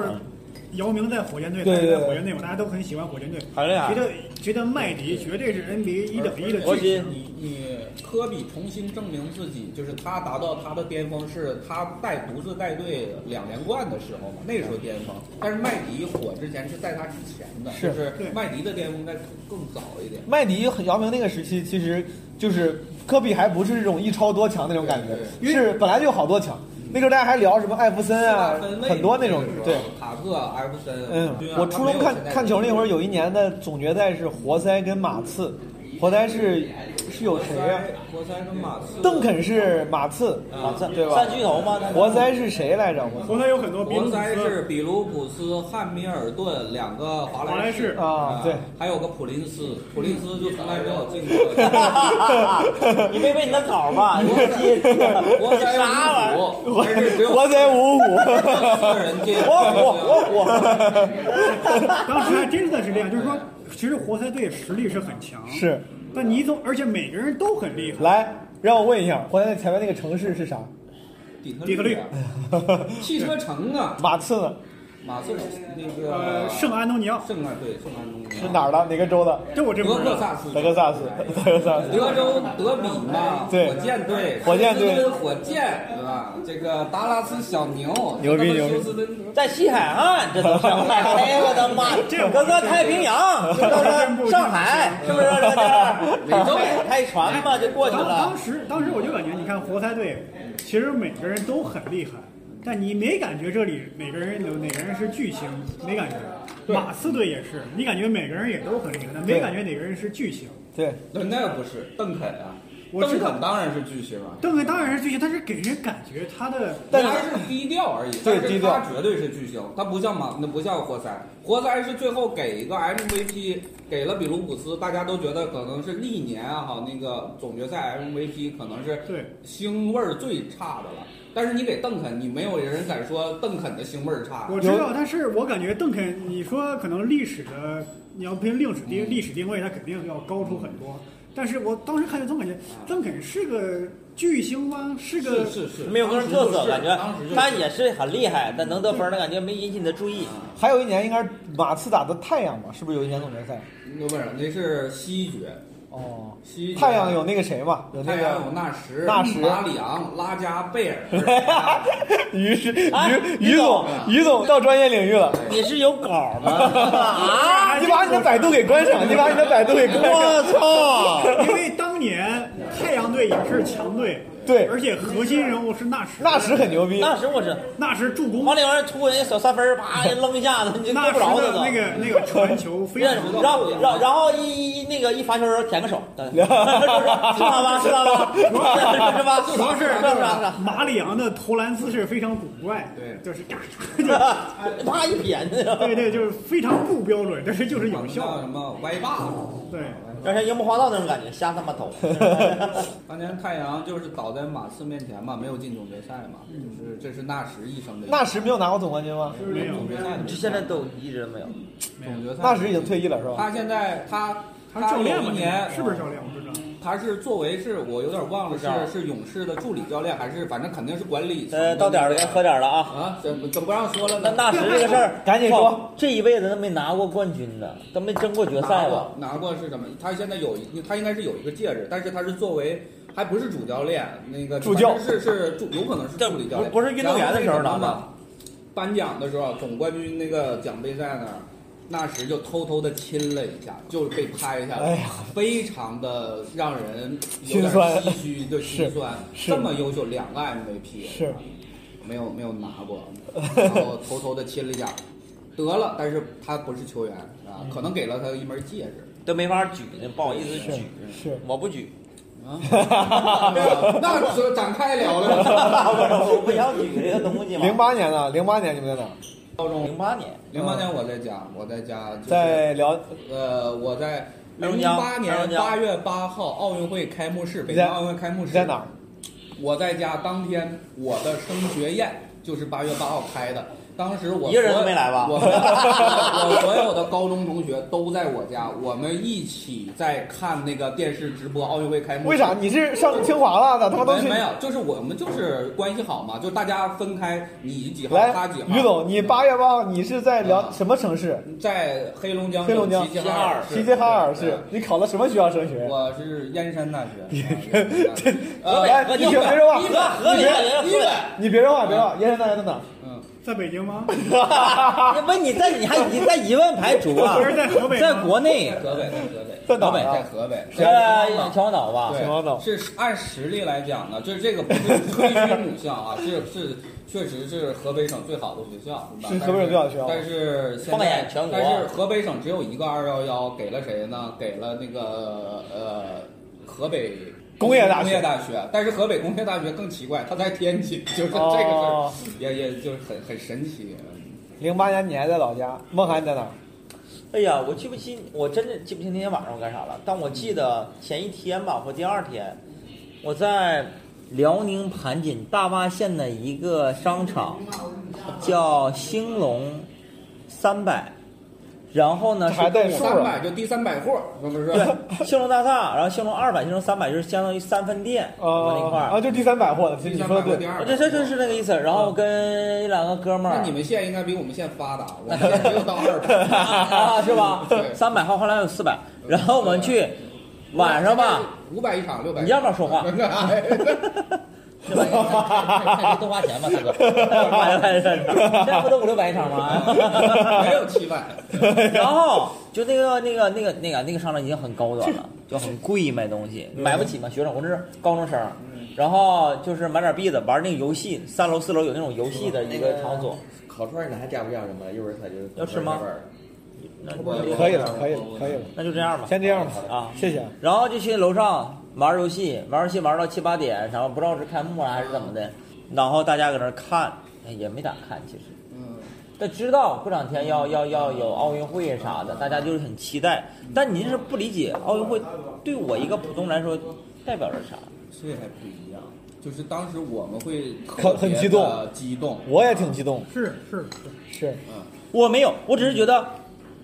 Speaker 9: 姚明在火箭队，
Speaker 5: 啊对对
Speaker 9: 他
Speaker 5: 对
Speaker 9: 在火箭队嘛，大家都很喜欢火箭队，
Speaker 5: 好嘞啊
Speaker 9: 觉得觉得麦迪绝对是 NBA 一等一的
Speaker 11: 而
Speaker 9: 巨
Speaker 11: 且
Speaker 9: 星。
Speaker 11: 你你科比重新证明自己，就是他达到他的巅峰，是他带独自带队两连冠的时候嘛，那时候巅峰。但是麦迪火之前是在他之前的，
Speaker 8: 是
Speaker 11: 就是麦迪的巅峰在更早一点。
Speaker 8: 麦迪和姚明那个时期，其实就是科比还不是这种一超多强那种感觉，是本来就好多强。那时候大家还聊什么艾弗森啊
Speaker 11: 四大分，位
Speaker 8: 很多那种对。啊
Speaker 11: 塔克、艾弗森，
Speaker 8: 嗯
Speaker 11: 君，啊
Speaker 8: 我初中看看球那会儿，有，一
Speaker 11: 他
Speaker 8: 年的总决赛是活塞跟马刺，活塞是是有谁呀、
Speaker 11: 没有现在活塞跟马刺，
Speaker 8: 邓肯是马刺，马刺啊对吧？
Speaker 5: 三巨头吗那个
Speaker 8: 活塞是谁来着？我
Speaker 9: 活塞有很多
Speaker 11: 活塞是比卢普斯、汉密尔顿两个华
Speaker 8: 华莱
Speaker 11: 莱
Speaker 8: 士
Speaker 11: 士
Speaker 8: 啊对，
Speaker 11: 还有个普林斯，普林斯就从来没有进过。
Speaker 5: 你没背你的稿吧？你接
Speaker 11: 活塞
Speaker 5: 啥玩意儿？
Speaker 11: 五虎，活
Speaker 8: 活塞五虎，
Speaker 11: 四人进，
Speaker 9: 当时还真的是这样，就是说，其实活塞队实力是很强，
Speaker 8: 是，
Speaker 9: 但你总而且每个人都很厉害。
Speaker 8: 来，让我问一下，湖南的前面那个城市是啥？
Speaker 11: 底特律啊汽车城啊，
Speaker 8: 马刺呢？
Speaker 11: 马刺那个
Speaker 9: 呃，圣安东尼奥，
Speaker 11: 圣安对圣安东尼奥
Speaker 8: 是哪儿的？哪个州的？
Speaker 9: 这我真不
Speaker 11: 德
Speaker 9: 知道
Speaker 11: 克萨斯
Speaker 8: 德克萨斯，德克萨斯。
Speaker 11: 德州德比嘛，
Speaker 8: 对
Speaker 11: 火箭队，
Speaker 8: 火箭队
Speaker 11: 休斯敦火箭对吧？这个达拉斯小牛，
Speaker 8: 牛逼牛逼
Speaker 11: 休斯敦
Speaker 5: 在西海岸，这都是。哎我的妈！整个太平洋，是不是？上海，是不是？这这这，开船嘛就过去
Speaker 9: 当
Speaker 5: 了
Speaker 9: 当。时当时我就感觉，你看活塞队，其实每个人都很厉害，但你没感觉这里每个人有哪个人是巨星，没感觉。马刺队也是，你感觉每个人也都很厉害，但没
Speaker 11: 对
Speaker 9: 感觉哪个人是巨星。
Speaker 8: 对，
Speaker 11: 那个不是邓肯啊，
Speaker 9: 我
Speaker 11: 邓
Speaker 9: 知道
Speaker 11: 肯当然是巨星啊，
Speaker 9: 邓肯当然是巨星，但是给人感觉他的，
Speaker 11: 但是是低调而已，
Speaker 9: 对
Speaker 11: 但是
Speaker 9: 低调
Speaker 11: 他绝对是巨星，他不像马，那不像活塞，活塞是最后给一个 MVP，给了比卢普斯，大家都觉得可能是历年啊哈那个总决赛 MVP 可能是
Speaker 9: 对
Speaker 11: 腥味儿最差的了，但是你给邓肯，你没有人敢说邓肯的腥味儿差，
Speaker 9: 我知道，但是我感觉邓肯，你说可能历史的，你要凭历史定历史定位，他肯定要高出很多。但是我当时看就总感觉邓肯是个巨星吗？是个
Speaker 11: 是是
Speaker 5: 没有个人特色，感觉他也是很厉害，但能得分的感觉没引起你的注意。
Speaker 9: 嗯
Speaker 8: 还有一年应该是马刺打的太阳吧？是不是有一年总决赛？
Speaker 11: 那不是那是西决，
Speaker 8: 哦，
Speaker 11: 西决
Speaker 8: 太阳有那个谁嘛？有那
Speaker 11: 太
Speaker 8: 个
Speaker 11: 阳有纳什、
Speaker 8: 纳什
Speaker 11: 马里昂、拉加 贝尔。
Speaker 8: 于是
Speaker 11: 哎
Speaker 8: 于
Speaker 11: 于
Speaker 8: 于总
Speaker 11: 总
Speaker 8: 于总到专业领域了。
Speaker 5: 你是有稿 吗？
Speaker 8: 啊！你把你的百度给关上，你把你的百度给关上。
Speaker 9: 因为当年太阳队也是强队，
Speaker 8: 对
Speaker 9: 而且核心人物是纳什，
Speaker 8: 纳什很牛逼纳
Speaker 5: 什我知，
Speaker 9: 纳什助攻，
Speaker 5: 往里边突人家小三分儿，啪一扔一下子，你就
Speaker 9: 纳
Speaker 5: 够
Speaker 9: 什
Speaker 5: 不着他
Speaker 9: 的
Speaker 5: 都。
Speaker 9: 那个那个传球非常
Speaker 5: 然后然后然后一一那个一罚球的时候舔个手， 知道吧？知道吧？是吧？
Speaker 9: 主要是
Speaker 5: 是吧？
Speaker 9: 马里昂的投篮姿势非常古怪，对，就是嘎嘎，
Speaker 5: 就啪一撇，
Speaker 9: 对对，就是非常不标准，但是就是有效。
Speaker 11: 什么歪把子？
Speaker 9: 对，
Speaker 5: 有点樱木花道那种感觉，瞎他妈 投。
Speaker 11: 当年太阳就是倒在马刺面前嘛，没有进总决赛嘛，
Speaker 9: 嗯
Speaker 11: 就是这是纳什一生的。
Speaker 8: 纳什没有拿过总冠军吗？
Speaker 11: 总决赛
Speaker 5: 现在都一直没有。
Speaker 11: 总决赛
Speaker 8: 纳什已经退役了是吧？
Speaker 11: 他现在他
Speaker 9: 他是教练
Speaker 11: 有一
Speaker 9: 吗？
Speaker 11: 年嗯
Speaker 9: 是不是教练？我不知道。
Speaker 11: 他是作为是我有点忘了
Speaker 5: 不知道
Speaker 11: 是是勇士的助理教练还是反正肯定是管理层的那个。
Speaker 5: 呃，到点儿了，该喝点儿了啊！
Speaker 11: 啊，怎么怎么不让说了
Speaker 5: 那
Speaker 11: 呢？
Speaker 5: 纳什这个事 儿，
Speaker 8: 赶紧说，
Speaker 5: 这一辈子都没拿过冠军呢，都没争过决赛
Speaker 11: 拿
Speaker 5: 吧
Speaker 11: 过？拿过是什么？他现在有一，他应该是有一个戒指，但是他是作为还不是主教练，那个
Speaker 5: 助教
Speaker 11: 反正是是助，有可能是助理教练，
Speaker 5: 不是运动员的时候拿的
Speaker 11: 然后那个什么。颁奖的时候，总冠军那个奖杯在那儿，纳什就偷偷的亲了一下，就被拍下来，
Speaker 8: 哎呀
Speaker 11: 非常的让人有
Speaker 8: 心
Speaker 11: 点
Speaker 8: 酸
Speaker 11: 唏嘘，对，心酸。
Speaker 8: 是
Speaker 11: 这么优秀，两个 MVP
Speaker 8: 是
Speaker 11: 没有没有拿过，然后偷偷的亲了一下，得了，但是他不是球员啊，
Speaker 8: 嗯
Speaker 11: 可能给了他一枚戒指。
Speaker 5: 都没法举呢，不好意思举。
Speaker 8: 是，
Speaker 5: 我不 举。
Speaker 11: 啊，那就展开 聊了。
Speaker 5: 我不想举这个东西嘛。
Speaker 8: 零八年呢？零八年你们在哪？
Speaker 11: 高中
Speaker 5: 零八年，
Speaker 11: 零八年我在家，我在家、就是、
Speaker 8: 在辽
Speaker 11: 呃，我在
Speaker 5: 黑龙
Speaker 11: 零
Speaker 5: 江
Speaker 11: 八
Speaker 5: 黑
Speaker 11: 年
Speaker 5: 龙江
Speaker 11: 八月八号奥运会开幕式，
Speaker 8: 你
Speaker 11: 北京
Speaker 8: 在
Speaker 11: 奥运会开幕式
Speaker 8: 你在哪儿？
Speaker 11: 我在家当天，我的升学宴就是八月八号开的。当时我
Speaker 5: 一个人
Speaker 11: 所有
Speaker 5: 都没来吧
Speaker 11: 我 我所有的高中同学都在我家，我们一起在看那个电视直播奥运会开幕式。
Speaker 8: 为啥？你是上清华了的？他妈都去
Speaker 11: 没没有，就是我们就是关系好嘛，就大家分开，你几号，他
Speaker 8: 来
Speaker 11: 几，号。
Speaker 8: 于总，你八月八号你是在辽什么城市？
Speaker 11: 在黑龙江
Speaker 8: 黑龙江
Speaker 11: 齐齐哈尔市，
Speaker 8: 齐齐哈尔
Speaker 11: 对
Speaker 8: 市。你考的什么学校升学？
Speaker 11: 我是燕山大 学，呃
Speaker 8: 河北河北你别别说话河河北
Speaker 11: 河北，
Speaker 8: 你别说话，别说话，
Speaker 11: 嗯
Speaker 8: 燕山大学在哪儿？
Speaker 9: 在北京吗？
Speaker 5: 问 你在你还你在疑问排除啊？
Speaker 9: 不是在河北吗
Speaker 5: 在国内，
Speaker 11: 河北，河北，
Speaker 5: 在
Speaker 11: 河
Speaker 5: 哪
Speaker 11: 北
Speaker 5: 儿啊
Speaker 11: 在河北，
Speaker 5: 是在秦皇岛吧？
Speaker 11: 对，是按实力来讲呢，就是这个不是推举母校啊，是是确实是河北省最好的学校，吧
Speaker 8: 是河北省最好的学校
Speaker 11: 但是现
Speaker 5: 放
Speaker 11: 在
Speaker 5: 眼全国
Speaker 11: 但是河北省只有一个二幺幺，给了谁呢？给了那个呃河北。
Speaker 8: 工业大学
Speaker 11: 工业大学，但是河北工业大学更奇怪，它在天津，就是这个事儿，
Speaker 8: 哦
Speaker 11: 也也就是很很神奇。
Speaker 8: 零八年你还在老家，孟涵你在哪儿？
Speaker 5: 哎呀，我记不清，我真的记不清那天晚上我干啥了，但我记得前一天吧，或第二天，我在辽宁盘锦大洼县的一个商场，叫兴隆三百，然后呢是
Speaker 11: 三百，就第三百户，那不是？
Speaker 5: 对， 兴隆大厦，然后兴隆二百、兴隆三百就是相当于三分店
Speaker 8: 啊
Speaker 5: 那块儿哦
Speaker 8: 啊，就第三百货了。其实你说的对，
Speaker 5: 这这这是那个意思。然后跟一两个哥们儿，
Speaker 11: 那你们县应该比我们县发达，我们县没有到二
Speaker 5: 啊，
Speaker 11: 百，
Speaker 5: 是吧？
Speaker 11: 对，
Speaker 5: 三百号后来有四百，然后我们去晚上吧，
Speaker 11: 五百一场，六百。 哎
Speaker 5: 你要不 要说话？
Speaker 8: 哎
Speaker 5: 多花钱吧，大哥，买买这这不都五六百一场吗？
Speaker 11: 没有七百。
Speaker 5: 然后就那个那个那个那个那个商场已经很高端了，就很贵卖东西，
Speaker 8: 嗯
Speaker 5: 买不起嘛，学生，我这是高中生。然后就是买点币子，玩那个游戏，三楼四楼有那种游戏的一个场所。
Speaker 14: 烤串你还加不加什么？一会儿他就
Speaker 5: 要吃吗？那
Speaker 8: 嗯可以了，可以了，可以了。
Speaker 5: 那就这样吧，
Speaker 8: 先这样吧
Speaker 5: 啊，
Speaker 8: 谢谢啊。
Speaker 5: 然后就去楼上玩游戏，玩游戏玩到七八点，然后不知道是开幕了还是怎么的，然后大家搁那儿看，哎也没咋看其实，
Speaker 11: 嗯，
Speaker 5: 但知道过两天要要要有奥运会啥的，大家就是很期待。但您是不理解奥运会对我一个普通来说代表着啥？
Speaker 11: 这还不一样，就是当时我们会
Speaker 8: 很很激动，
Speaker 11: 激动，
Speaker 8: 我也挺激动。
Speaker 9: 是是
Speaker 8: 是，
Speaker 11: 嗯，
Speaker 5: 我没有，我只是觉得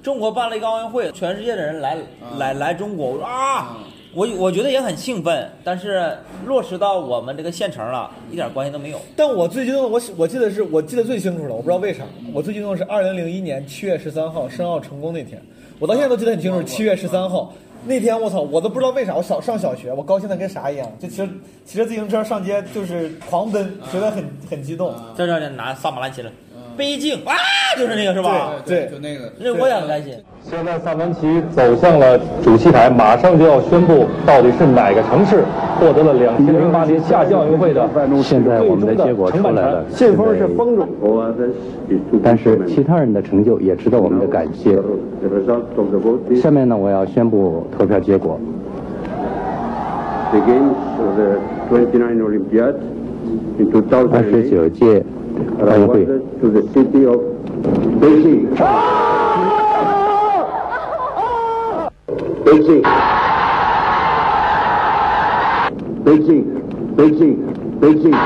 Speaker 5: 中国办了一个奥运会，全世界的人来、来来中国，我说啊，我我觉得也很兴奋，但是落实到我们这个县城了，一点关系都没有。
Speaker 8: 但我最激动的，我我记得是我记得最清楚了，我不知道为啥，我最激动的是二零零一年七月十三号申奥成功那天，我到现在都记得很清楚，七月十三号。那天我操，我都不知道为啥，我小上小学，我高兴的跟啥一样，就骑着骑着自行车上街，就是狂奔，
Speaker 11: 啊
Speaker 8: 觉得很很激动。
Speaker 5: 在这儿拿萨马兰奇了，北京啊，就是那个是吧？
Speaker 8: 嗯对，
Speaker 11: 就那个，
Speaker 5: 那我也很开心。
Speaker 15: 现在萨文奇走向了主席台，马上就要宣布到底是哪个城市获得了两千零八年夏季奥运会的
Speaker 16: 现在我们的结果出来了，
Speaker 15: 信封是封住。
Speaker 16: 但是其他人的成就也值得我们的感谢。下面呢，我要宣布投票结果。
Speaker 17: The games of the 29 Olympiad in
Speaker 16: 二十
Speaker 17: 2008
Speaker 16: 九届奥运会
Speaker 17: awarded to the city of Beijing. Beijing. Beijing. Beijing. Beijing.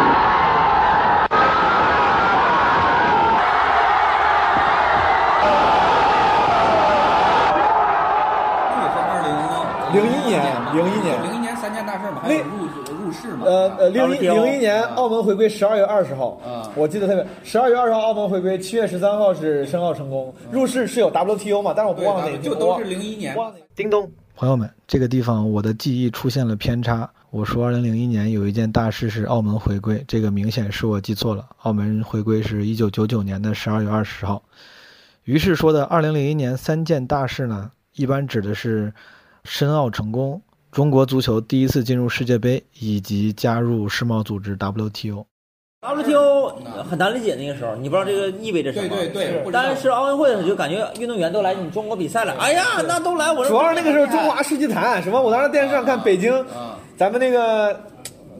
Speaker 8: 零一年，零一年，
Speaker 11: 零一年三件大事嘛，还有入入世嘛，
Speaker 8: 呃呃，零一
Speaker 11: WTO
Speaker 8: 零一
Speaker 11: 啊
Speaker 8: 年澳门回归十二月二十号，我记得特别。十二月二十号澳门回归，七月十三号是申奥成功，
Speaker 11: 啊
Speaker 8: 入世是有 WTO 嘛，但是我不忘了哪
Speaker 11: 就都是零一年。
Speaker 3: 叮咚，朋友们，这个地方呃我的记忆出现了偏差。我说二零零一年有一件大事是澳门回归，这个明显是我记错了。澳门回归是一九九九年的十二月二十号。于是说的二零零一年三件大事呢，一般指的是申奥成功、中国足球第一次进入世界杯以及加入世贸组织 WTO。
Speaker 5: WTO 很难理解那个时候，你不知道这个意味着什么。
Speaker 11: 对对对不知道
Speaker 5: 但是奥运会的时候就感觉运动员都来你中国比赛了，哎呀，那都来我这。哎
Speaker 8: 主要是那个时候中华世纪坛什么，我当时电视上看北京，
Speaker 11: 嗯
Speaker 8: 咱们那个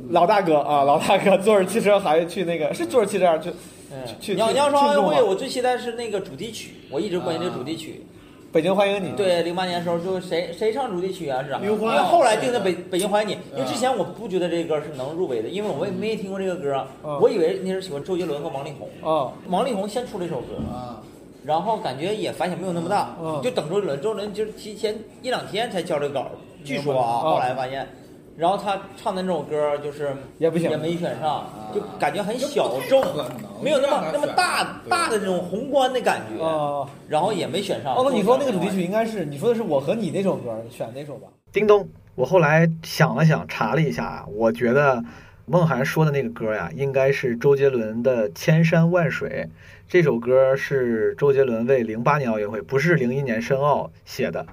Speaker 8: 老大哥啊，老大哥坐着汽车还去那个是坐着汽车去去去
Speaker 5: 你要你要说奥运
Speaker 8: 庆
Speaker 5: 会，
Speaker 8: 祝吗
Speaker 5: 我最期待是那个主题曲，我一直关心这个主题曲。
Speaker 8: 北京欢迎你，
Speaker 5: 对，零八年的时候就谁谁唱主题曲啊？是啊，
Speaker 8: 刘欢
Speaker 5: 因为后来定的北北京欢迎你，因为之前我不觉得这歌是能入围的，因为我也没听过这个歌，啊
Speaker 8: 嗯
Speaker 5: 我以为那是喜欢周杰伦和王力宏。
Speaker 8: 啊，
Speaker 5: 王力宏先出了一首歌，
Speaker 11: 嗯
Speaker 5: 然后感觉也反响没有那么大，就等周杰伦，周杰伦就是提前一两天才交这稿，据说啊，
Speaker 8: 嗯明白嗯
Speaker 5: 后来发现。然后他唱的那首歌就是
Speaker 8: 也不行啊
Speaker 5: 也没选上，就感觉很小众，没有那么那么大大的那种宏观的感觉，然后也没选
Speaker 11: 啊
Speaker 5: 上。
Speaker 8: 嗯哦，那你说那个主题曲应该是你说的是我和你那首歌，选那首吧？
Speaker 3: 叮咚，我后来想了想，查了一下啊，我觉得孟涵说的那个歌呀，应该是周杰伦的《千山万水》。这首歌是周杰伦为零八年奥运会，不是零一年申奥写的，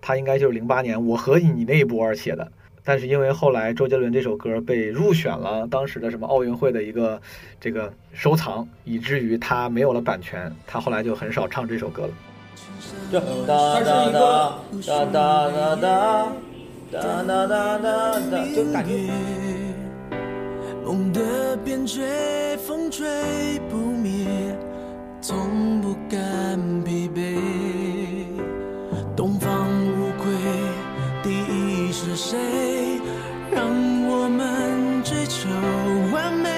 Speaker 3: 他应该就是零八年我和你那一波儿写的。但是因为后来周杰伦这首歌被入选了当时的什么奥运会的一个这个收藏，以至于他没有了版权，他后来就很少唱这首歌了。
Speaker 5: 这哒哒哒哒哒哒哒哒哒哒哒哒，就感觉
Speaker 18: 梦的边陲，风吹不灭，从不甘疲惫。东方无愧，第一是谁？让我们追求完美。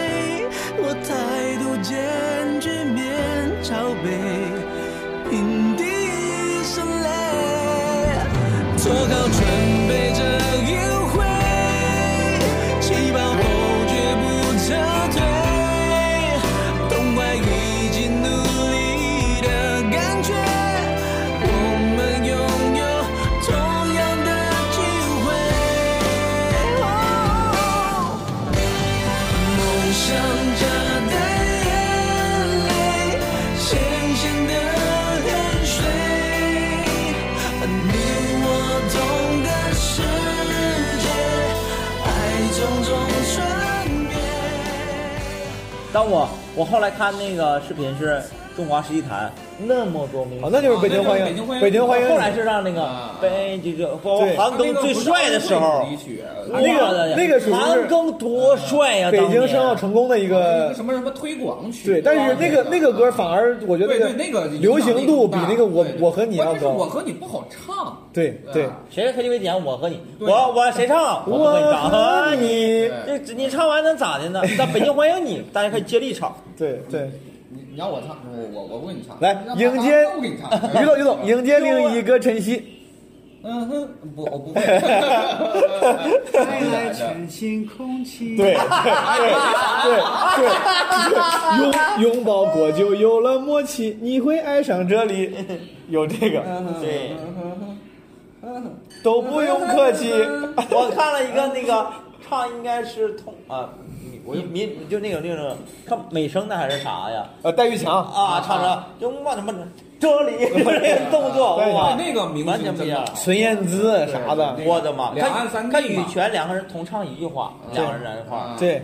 Speaker 18: 我态度坚决，面朝北，平地一声做好准备这一回，气泡后绝不撤退，痛快已经努力的感觉，我们拥有同样的机会。哦梦想着的眼泪，咸咸的汗水，你我同个世界，爱从中传遍。
Speaker 5: 当我我后来看那个视频是中华世纪坛那么多明星，
Speaker 8: 哦那就是北京欢迎
Speaker 5: 哦那就是
Speaker 8: 北京欢迎
Speaker 5: 后来是让那个北这个包括
Speaker 8: 对
Speaker 5: 韩庚最帅的时候，
Speaker 8: 那个那个属于
Speaker 5: 韩
Speaker 8: 是
Speaker 5: 庚多帅呀！
Speaker 8: 北
Speaker 5: 当
Speaker 8: 京
Speaker 5: 年
Speaker 8: 申奥成功的一个
Speaker 11: 什么什么推广曲，
Speaker 8: 对，但是那个那个歌反而我觉得
Speaker 11: 对对那个
Speaker 8: 流行度比那个我我和你要
Speaker 11: 关键是我
Speaker 8: 高。
Speaker 11: 和你啊不好唱，
Speaker 8: 对对，
Speaker 5: 谁在 KTV 点我和你，我我谁唱啊？我不会唱。
Speaker 8: 我和你
Speaker 5: 这这你唱完能咋的呢？那北京欢迎你，大家可以接力唱。
Speaker 8: 对对，
Speaker 11: 你你让我唱，我我我不给你唱，
Speaker 8: 来
Speaker 11: 让
Speaker 8: 迎
Speaker 11: 大
Speaker 8: 接
Speaker 11: 家都给哎你唱，
Speaker 8: 于总于总迎接另一个晨曦，
Speaker 11: 嗯哼，不我不会，哎
Speaker 9: 带来全新空气。
Speaker 8: 对对对对，拥拥抱过就有了默契，你会爱上这里，有这个，
Speaker 11: 嗯
Speaker 5: 对，
Speaker 8: 都不用客气。
Speaker 5: 我看了一个那个唱应该是通啊，民民就那个那个唱美声的还是啥呀？
Speaker 8: 呃，戴玉强
Speaker 5: 啊，唱着拥抱什么这里这个动作，
Speaker 8: 对
Speaker 5: 哇，
Speaker 8: 那
Speaker 11: 个明
Speaker 5: 完全不一样。
Speaker 8: 孙燕姿啥的，
Speaker 5: 我的妈！
Speaker 8: 两岸
Speaker 5: 三地看羽泉两个人同唱一句话，两个人的话，
Speaker 8: 对，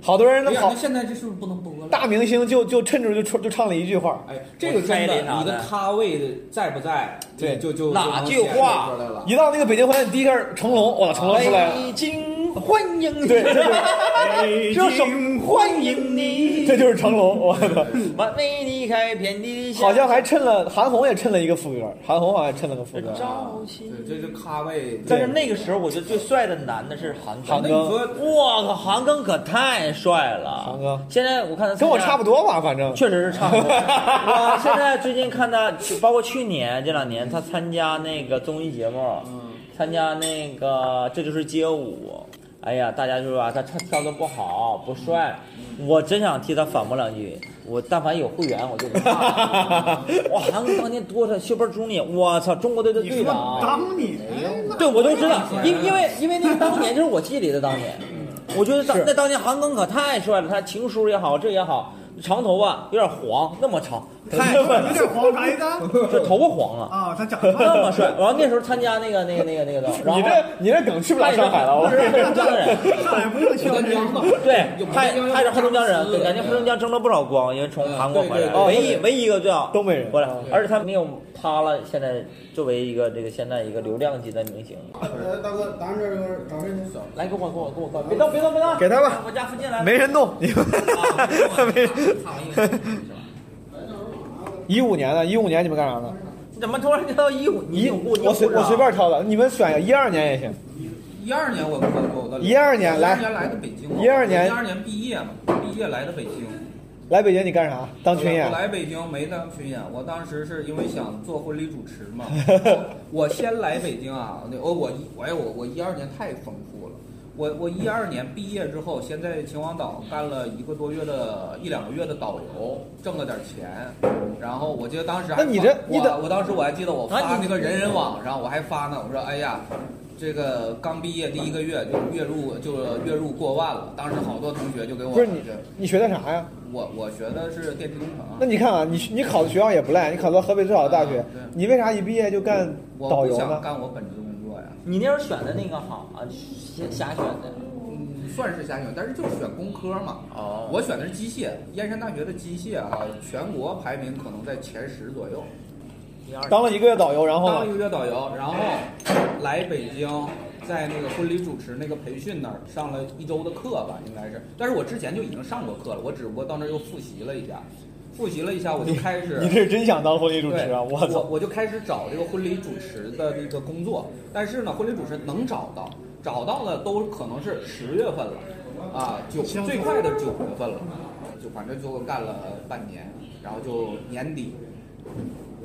Speaker 8: 好多人都
Speaker 11: 哎呀
Speaker 8: 好
Speaker 11: 那，现在这是不是不能播了？
Speaker 8: 大明星就就趁着就唱就唱了一句话，
Speaker 11: 哎，这个真的，你的咖位的在不在？
Speaker 8: 对，
Speaker 11: 就就
Speaker 8: 哪
Speaker 11: 就能
Speaker 8: 句
Speaker 11: 显示
Speaker 8: 话
Speaker 11: 出来了。
Speaker 8: 一到那个北京欢迎，第一个是成龙，哇，成龙出来了，
Speaker 5: 北京欢迎你，
Speaker 8: 对这就是
Speaker 5: 这首欢迎你，
Speaker 8: 这就是成龙，我的，
Speaker 5: 完为你开遍地
Speaker 8: 好像还衬了韩红也衬了一个副歌，韩红好像衬了个副歌，
Speaker 5: 赵信。
Speaker 11: 对，这是咖位。
Speaker 5: 但是那个时候，我觉得最帅的男的是韩
Speaker 8: 韩庚
Speaker 5: 庚。
Speaker 8: 那你说
Speaker 5: 哇靠，韩庚可太帅了。韩
Speaker 8: 庚，
Speaker 5: 现在我看他
Speaker 8: 跟我差不多吧，反正
Speaker 5: 确实是差 不多。我现在最近看他，包括去年这两年，他参加那个综艺节目，
Speaker 8: 嗯
Speaker 5: 参加那个《这就是街舞》。哎呀，大家就说啊，他跳跳的不好，不帅。
Speaker 8: 嗯
Speaker 5: 我真想替他反驳两句。我但凡有会员，我就不怕。 哇，韩国当年多少修波中年，我操，中国队的队长。哎
Speaker 9: 当年，
Speaker 5: 对我都知道，因因为因为那个当年就是我记忆里的当年，我觉得当那当年韩庚可太帅了，他情书也好，这也好，长头发有点黄，那么长，太帅了，
Speaker 9: 有点黄啥意思？
Speaker 5: 这头发黄啊。
Speaker 9: 啊，他长得
Speaker 5: 那么帅，然后那时候参加那个那个那个那个的，然后
Speaker 8: 你这你这梗去不了上海了，我
Speaker 5: 不是不是 不是
Speaker 9: 上海不用去了，
Speaker 5: 对，他他是黑龙江人，对，感觉黑龙江争了不少光，因为从韩国回
Speaker 8: 对
Speaker 5: 来
Speaker 8: 对，对
Speaker 5: 唯一唯一一个最好
Speaker 8: 东北人嗯
Speaker 5: 回来，而且他没有塌了，现在作为一个这个现在一个流量级的明星，
Speaker 10: 呃，大哥，咱这个找谁呢？
Speaker 5: 来给我给我给我给我，别动别动别动，
Speaker 8: 给他吧
Speaker 5: 我家附近来，
Speaker 8: 没人动，你们
Speaker 11: 啊
Speaker 8: 没人。一五年的，一五年你们干啥呢？
Speaker 5: 你怎么突然间到一五？你啊有过
Speaker 8: 我随我随便挑的，你们选一二年也行。
Speaker 11: 一二年我我我的
Speaker 8: 12年来
Speaker 11: 一二年来的北京嘛，
Speaker 8: 12年
Speaker 11: 一二年毕业嘛，毕业来的北京，
Speaker 8: 来北京你干啥？当群演
Speaker 11: 呃我？来北京没当群演，我当时是因为想做婚礼主持 嘛，我先来北京啊，那我我一哎我我一二年太丰富了，我我一二年毕业之后，先在秦皇岛干了一个多月的一两个月的导游，挣了点钱，然后我记得当时还
Speaker 8: 那你这
Speaker 11: 发
Speaker 8: 你得
Speaker 11: 我我当时我还记得我
Speaker 8: 啊
Speaker 11: 发
Speaker 8: 你
Speaker 11: 那个人人网上我还发呢，我说哎呀。这个刚毕业第一个月就月入就月入过万了，当时好多同学就给我
Speaker 8: 不是你，你学的啥呀？
Speaker 11: 我我学的是电气工程啊。
Speaker 8: 那你看啊，你你考的学校也不赖，你考到河北最好的大学，你为啥一毕业就干
Speaker 11: 啊我
Speaker 8: 导
Speaker 11: 不
Speaker 8: 游
Speaker 11: 想
Speaker 8: 呢？
Speaker 11: 干我本职工作呀，
Speaker 5: 你那时候选的那个好啊，瞎瞎选的。
Speaker 11: 嗯，算是瞎选，但是就是选工科嘛。
Speaker 5: 哦
Speaker 11: 我选的是机械，燕山大学的机械啊，全国排名可能在前十左右。
Speaker 8: 当了一个月导游，然后
Speaker 11: 当一
Speaker 8: 呢？
Speaker 11: 个月导游，然后来北京，在那个婚礼主持那个培训那儿上了一周的课吧，应该是。但是我之前就已经上过课了，我只不过到那儿又复习了一下，复习了一下，我就开始。
Speaker 8: 你这是真想当婚礼主持
Speaker 11: 对
Speaker 8: 啊？
Speaker 11: 我
Speaker 8: 我操！
Speaker 11: 我就开始找这个婚礼主持的这个工作，但是呢，婚礼主持能找到，找到的都可能是十月份了，啊，九最快的九月份了，就反正就干了半年，然后就年底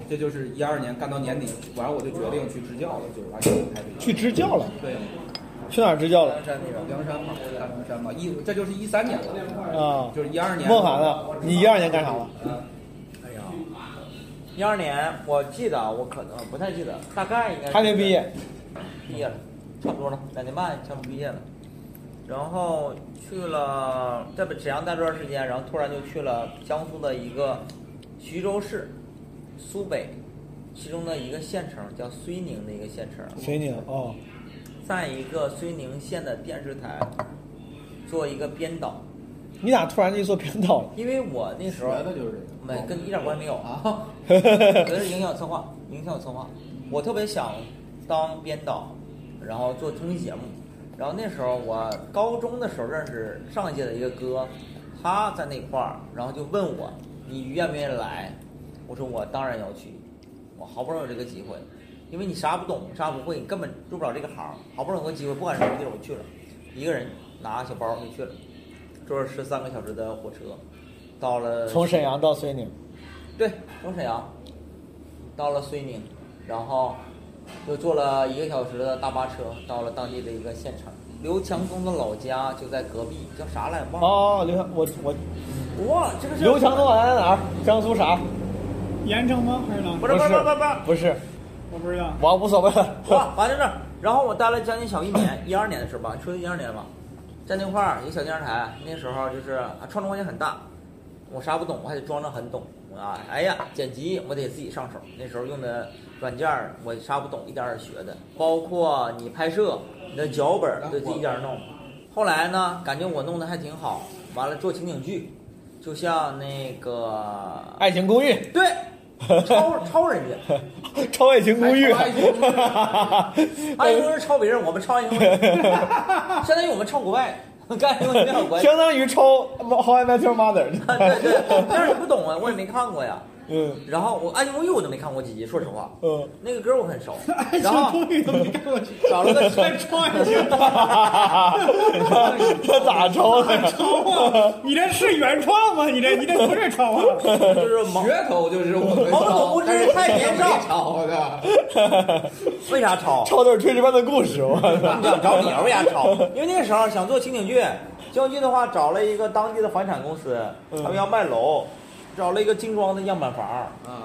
Speaker 11: 这就是一二年干到年底，完了我就决定去支教了，就是完全开始
Speaker 8: 去支教了
Speaker 11: 对，
Speaker 8: 去哪儿支教了？
Speaker 11: 梁山那边，梁山嘛，梁山嘛，一这就是一三年了，
Speaker 8: 啊，
Speaker 11: 就是一二年。
Speaker 8: 梦涵呢？你一二年干啥了？
Speaker 5: 一二年，我记得啊我可能不太记得，大概应该是
Speaker 8: 还没毕业，
Speaker 5: 毕业了，差不多了，两年半差不多毕业了。然后去了在北沈阳待这段时间，然后突然就去了江苏的一个徐州市苏北其中的一个县城，叫睢宁的一个县城。
Speaker 8: 睢宁哦，
Speaker 5: 在一个睢宁县的电视台做一个编导，
Speaker 8: 你咋突然就做编导了？
Speaker 5: 因为我那时候
Speaker 8: 学的
Speaker 5: 就是没跟一点 关系没有啊，我是营销策划，营销策划，我特别想当编导，然后做综艺节目，然后那时候我高中的时候认识上一届的一个哥，他在那块儿，然后就问我你愿不愿意来，我说我当然要去，我好不容易有这个机会，因为你啥不懂啥不会，你根本入不了这个行，好不容易有个机会，不管什么地儿我去了，一个人拿小包就去了。坐十三个小时的火车，到了
Speaker 8: 从沈阳到睢宁，
Speaker 5: 对，从沈阳到了睢宁，然后又坐了一个小时的大巴车到了当地的一个县城。刘强东的老家就在隔壁，叫啥来忘了。
Speaker 8: 哦，刘强，我我
Speaker 5: 哇，这个是
Speaker 8: 刘强东啊老家在哪儿？江苏啥？
Speaker 9: 盐城吗？还是哪？
Speaker 5: 不是不是不是
Speaker 8: 不
Speaker 5: 不是
Speaker 8: 是，
Speaker 9: 我不知道。
Speaker 8: 我无所谓了。
Speaker 5: 哇，完在这儿，然后我待了将近小一年，一二年的时候吧，说一二年吧，在那块儿一个小电视台，那时候就是啊，创作空间很大，我啥不懂，我还得装着很懂啊，哎呀，剪辑我得自己上手，那时候用的软件儿我啥不懂，一点点学的，包括你拍摄，你的脚本儿都自己一点儿弄。后来呢，感觉我弄得还挺好，完了做情景剧，就像那个《
Speaker 8: 爱情公寓》
Speaker 5: 对，超超人家。
Speaker 8: 《超爱情公
Speaker 5: 哎
Speaker 8: 寓》
Speaker 5: 爱情是抄别人，我们抄爱情公寓， 相当于我们抄国外，跟爱情公寓没有关 系。
Speaker 8: 相当于抄《How I Met Your Mother》。
Speaker 5: 对对，但是你不懂啊，我也没看过呀。
Speaker 8: 嗯。
Speaker 5: 然后我《爱情公寓》我都没看过几集，说实话。
Speaker 8: 嗯。
Speaker 5: 那个歌我很熟。
Speaker 9: 爱情
Speaker 5: 然后
Speaker 9: 公寓都没看过，
Speaker 5: 找 了个
Speaker 9: 还抄爱情，
Speaker 5: 啊
Speaker 8: 这咋抄的？
Speaker 9: 抄啊！你这是原创吗？你这你这不是抄 啊？
Speaker 5: 就是
Speaker 11: 噱头，就是我们
Speaker 5: 懵懂无知太年少
Speaker 11: 没抄的。
Speaker 5: 为啥抄？
Speaker 8: 抄的是《炊事班的故事》，我
Speaker 5: 你想找你儿为啥抄？ 因为那个时候想做情景剧，情景剧的话找了一个当地的房产公司，
Speaker 8: 嗯
Speaker 5: 他们要卖楼，找了一个精装的样板房，
Speaker 8: 嗯
Speaker 11: 啊，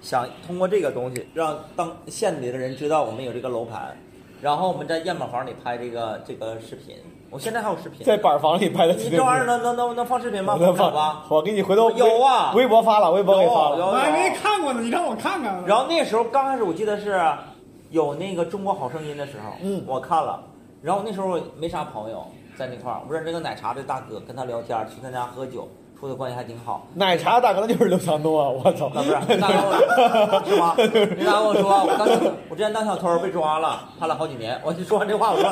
Speaker 5: 想通过这个东西让当县里的人知道我们有这个楼盘，然后我们在样板房里拍这个这个视频。我现在还有视频，
Speaker 8: 在板房里拍的
Speaker 5: 你这玩意儿能能能能放视频吗？
Speaker 8: 能
Speaker 5: 不了
Speaker 8: 放
Speaker 5: 吧？
Speaker 8: 我给你回头
Speaker 5: 有啊，
Speaker 8: 微博发了，微博给发
Speaker 5: 有
Speaker 8: 了。
Speaker 5: 有
Speaker 9: 我还没看过呢，你让我看看。
Speaker 5: 然后那时候刚开始，我记得是有那个《中国好声音》的时候，嗯，我看了。然后那时候我没啥朋友在那块儿，我认识个奶茶的大哥，跟他聊天，去他家喝酒，处的关系还挺好。
Speaker 8: 奶茶大哥那就是刘强东啊！我操，
Speaker 5: 那不是 大哥，是吗？那大哥跟我说，我当小我之前当小偷被抓了，判了好几年。我就说完这话，我说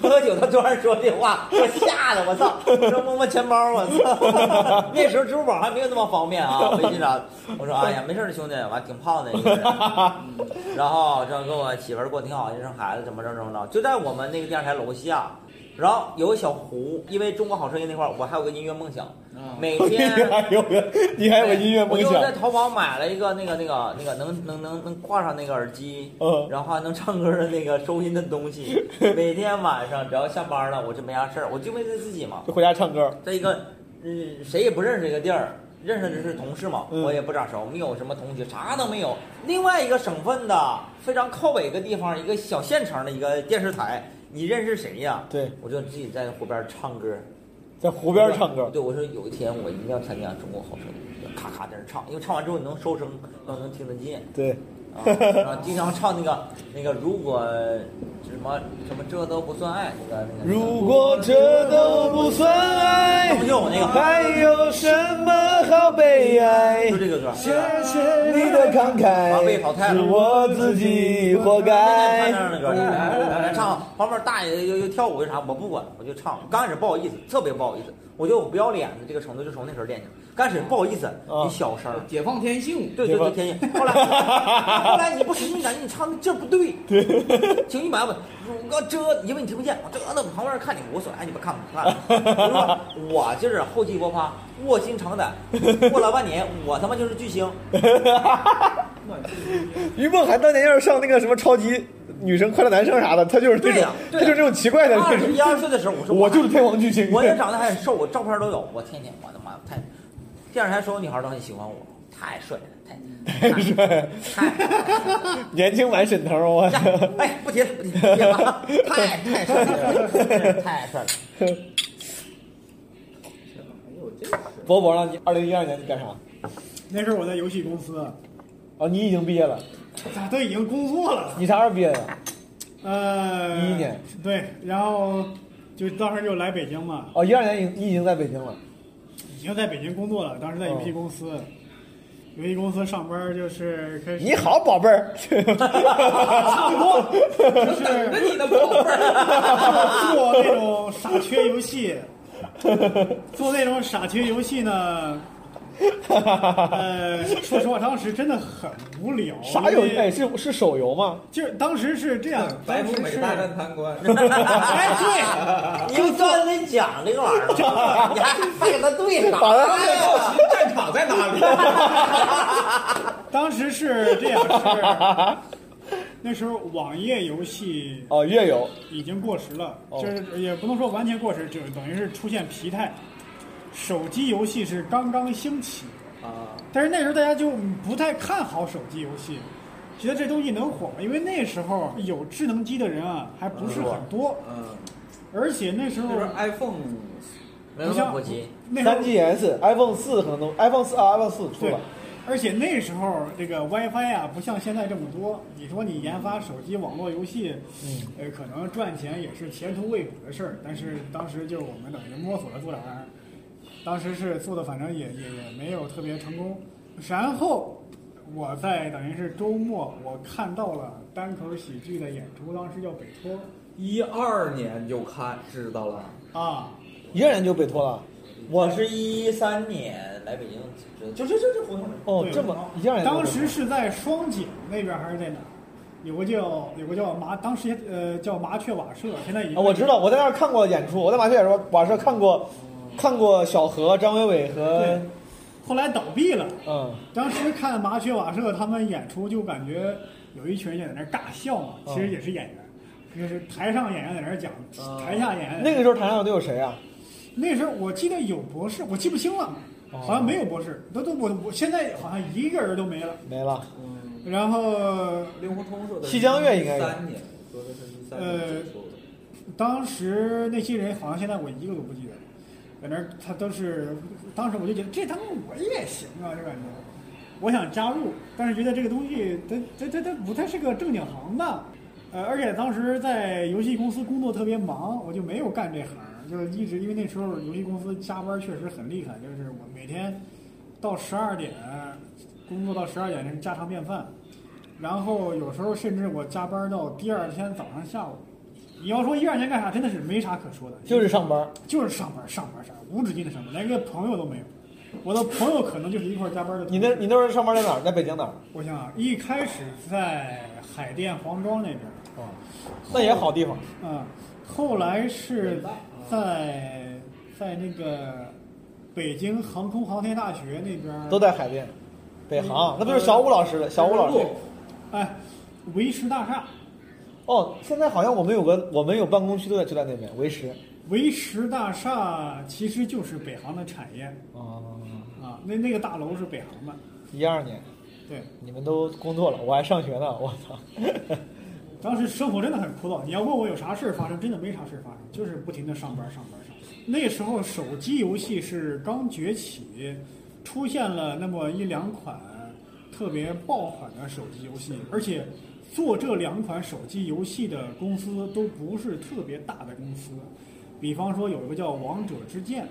Speaker 5: 喝酒，他突然说这话，我吓得我操！我说摸摸钱包，我操！那时候支付宝还没有那么方便啊，微信啥？我说哎呀，没事儿，兄弟，完挺胖的一个人。然后这跟我媳妇儿过得挺好，就生孩子，怎么着怎么着，就在我们那个电视台楼下。然后有个小湖，因为中国好声音那块儿，我还有个音乐梦想，每天
Speaker 8: 你还有个，你还有个音乐
Speaker 5: 哎我
Speaker 8: 梦
Speaker 5: 就
Speaker 8: 想
Speaker 5: 在。淘宝买了一个那个那个那个能能能能挂上那个耳机，
Speaker 8: 嗯
Speaker 5: 然后还能唱歌的那个收音的 东西。每天晚上只要下班了，我就没啥事儿，我就为了自己嘛。
Speaker 8: 就回家唱歌。
Speaker 5: 在一个嗯谁也不认识一个地儿，认识的是同事嘛，
Speaker 8: 嗯
Speaker 5: 我也不咋熟，没有什么同学，啥都没有。另外一个省份的非常靠北一个地方，一个小县城的一个电视台，你认识谁呀？
Speaker 8: 对，
Speaker 5: 我就自己在湖边唱歌。
Speaker 8: 在湖边唱歌。
Speaker 5: 对，我说有一天我一定要参加中国好声音，咔咔在那唱，因为唱完之后你能收声，能能听得见。
Speaker 8: 对，
Speaker 5: 啊，然后经常唱那个那个，如果什么什么这都不算爱，那个那个。
Speaker 8: 如果这都不算爱，还有什么好悲哀？就
Speaker 5: 这个歌。
Speaker 8: 谢谢你的慷慨，是我自己活该。
Speaker 5: 那个歌，来唱，旁边大爷又又跳舞又啥，我不管，我就唱。刚开始不好意思，特别不好意思，我就不要脸的这个程度就从那时候练起来。刚开始不好意思，
Speaker 8: 啊
Speaker 5: 你小声，
Speaker 11: 解放天性，
Speaker 5: 对对对，天性。后来后来你不使劲感觉你唱的劲儿不对，对，请你买吧。如果这，因为你听不见，我这那旁边人看你无所谓，哎，你们看不看？我就是厚积薄发，卧薪尝胆，过了半年，我他妈就是巨星。
Speaker 8: 于梦涵当年要是上那个什么超级女生、快乐男生啥的，他就是这
Speaker 5: 对
Speaker 8: 种
Speaker 5: 呀，
Speaker 8: 他就是这种奇怪的那
Speaker 5: 二
Speaker 8: 种
Speaker 5: 十一二岁的时候，我说
Speaker 8: 我就是天王巨星。
Speaker 5: 我也长得还很瘦，我照片都有。我天天，我的妈，太！电视台所有女孩都很喜欢我，太帅了，太
Speaker 8: 年轻版沈腾， 我
Speaker 5: 哎，不提了，不提了，别了，太太帅了，太帅了。
Speaker 8: 博博让你二零一二年你干啥？
Speaker 9: 那时候我在游戏公司，
Speaker 8: 啊，你已经毕业了，
Speaker 9: 咋都已经工作了。
Speaker 8: 你啥时候毕业的？
Speaker 9: 呃，
Speaker 8: 一一年
Speaker 9: 对，然后就当时就来北京嘛，
Speaker 8: 哦，一二年已你已经在北京了。
Speaker 9: 已经在北京工作了，当时在游戏公司，游戏公司上班就是开始。
Speaker 8: 你好，宝贝儿，
Speaker 9: 差不多，就是
Speaker 5: 等着你的宝贝
Speaker 9: 儿，做那种傻缺游戏，做那种傻缺游戏呢。呃，说实话，当时真的很无聊。
Speaker 8: 啥游
Speaker 9: 因
Speaker 8: 戏？
Speaker 9: 为
Speaker 8: 哎，是是手游吗？
Speaker 9: 就是当时是这样，
Speaker 14: 白
Speaker 9: 当
Speaker 14: 富
Speaker 9: 时
Speaker 14: 美
Speaker 9: 是
Speaker 14: 大战贪 官。
Speaker 5: 哎，对，你又照人讲这个玩意儿，你还还给他对上，
Speaker 8: 把他
Speaker 5: 哎呀
Speaker 14: 好奇战场在哪
Speaker 9: 当时是 这样，是那时候网页游戏
Speaker 8: 哦，月游。
Speaker 9: 已经过时了，
Speaker 8: 哦
Speaker 9: 就是也不能说完全过时，就等于是出现疲态。手机游戏是刚刚兴起，
Speaker 14: 啊，
Speaker 9: 但是那时候大家就不太看好手机游戏，觉得这东西能火吗？因为那时候有智能机的人啊还不是很多，
Speaker 14: 嗯，
Speaker 9: 而且那时候
Speaker 14: 那时候 iPhone
Speaker 9: 不像那时候
Speaker 8: 三 GS、iPhone 四可能都 iPhone 四啊，iPhone 四出
Speaker 9: 对
Speaker 8: 了。，
Speaker 9: 而且那时候这个 WiFi 啊，不像现在这么多。你说你研发手机网络游戏，
Speaker 8: 嗯
Speaker 9: 呃，可能赚钱也是前途未卜的事儿。但是当时就是我们等于摸索着做点玩意儿，当时是做的，反正也也也没有特别成功。然后我在等于是周末，我看到了单口喜剧的演出，当时叫北托
Speaker 14: 一二年就看知道了，
Speaker 9: 啊，
Speaker 8: 一二年就被拖了。
Speaker 5: 我是一三年来北京，就就就就胡同里。
Speaker 8: 哦
Speaker 9: 对
Speaker 8: 这么一下也能
Speaker 9: 当时是在双井那边还是在哪儿？有个叫有个叫麻，当时也呃叫麻雀瓦舍，现在已经、
Speaker 8: 啊，我知道，我在那儿看过演出，我在麻雀演出晚上看过，看过小何、张伟伟和
Speaker 9: 对后来倒闭了。
Speaker 8: 嗯，
Speaker 9: 当时看麻雀瓦舍他们演出，就感觉有一群人在那儿尬笑嘛，
Speaker 8: 哦
Speaker 9: 其实也是演员，就是台上演员在那儿讲，台下演员
Speaker 8: 哦那个时候台上都有谁啊？
Speaker 9: 那时候我记得有博士，我记不清了，
Speaker 8: 哦
Speaker 9: 好像没有博士，都都我我现在好像一个人都没了。
Speaker 8: 没了。
Speaker 11: 嗯
Speaker 9: 然后
Speaker 14: 令狐冲说的是
Speaker 8: 西江月应该有
Speaker 14: 13年，说的是一三年
Speaker 9: 呃
Speaker 14: 结束的。
Speaker 9: 当时那些人好像现在我一个都不记得，在那儿他都是，当时我就觉得这他妈我也行啊，就感觉，我想加入，但是觉得这个东西它它它它不太是个正经行当，呃，而且当时在游戏公司工作特别忙，我就没有干这行，就一直因为那时候游戏公司加班确实很厉害，就是我每天到十二点工作到十二点是家常便饭，然后有时候甚至我加班到第二天早上下午。你要说一二年干啥，真的是没啥可说的，
Speaker 8: 就是上班。
Speaker 9: 就是上班上班上班，无止境的上班，连个朋友都没有。我的朋友可能就是一块儿加班的。
Speaker 8: 你那你那时候上班在哪儿？在北京哪儿？
Speaker 9: 我想啊，一开始在海淀黄庄那边，
Speaker 8: 哦，那也好地方。
Speaker 9: 嗯，后来是在在那个北京航空航天大学那边，
Speaker 8: 都在海淀，北航，那不就是小武老师的？小武老师，
Speaker 9: 哎，维持大厦，
Speaker 8: 哦，现在好像我们有个，我们有办公区都在就在那边，维持。
Speaker 9: 维持大厦其实就是北航的产业
Speaker 8: 哦，
Speaker 9: 啊，那那个大楼是北航的，
Speaker 8: 一二年，
Speaker 9: 对。
Speaker 8: 你们都工作了，我还上学呢，我操！
Speaker 9: 当时生活真的很枯燥。你要问我有啥事儿发生，真的没啥事儿发生，就是不停的上班上班上班。那时候手机游戏是刚崛起，出现了那么一两款特别爆款的手机游戏，而且做这两款手机游戏的公司都不是特别大的公司。比方说有一个叫《王者之剑》，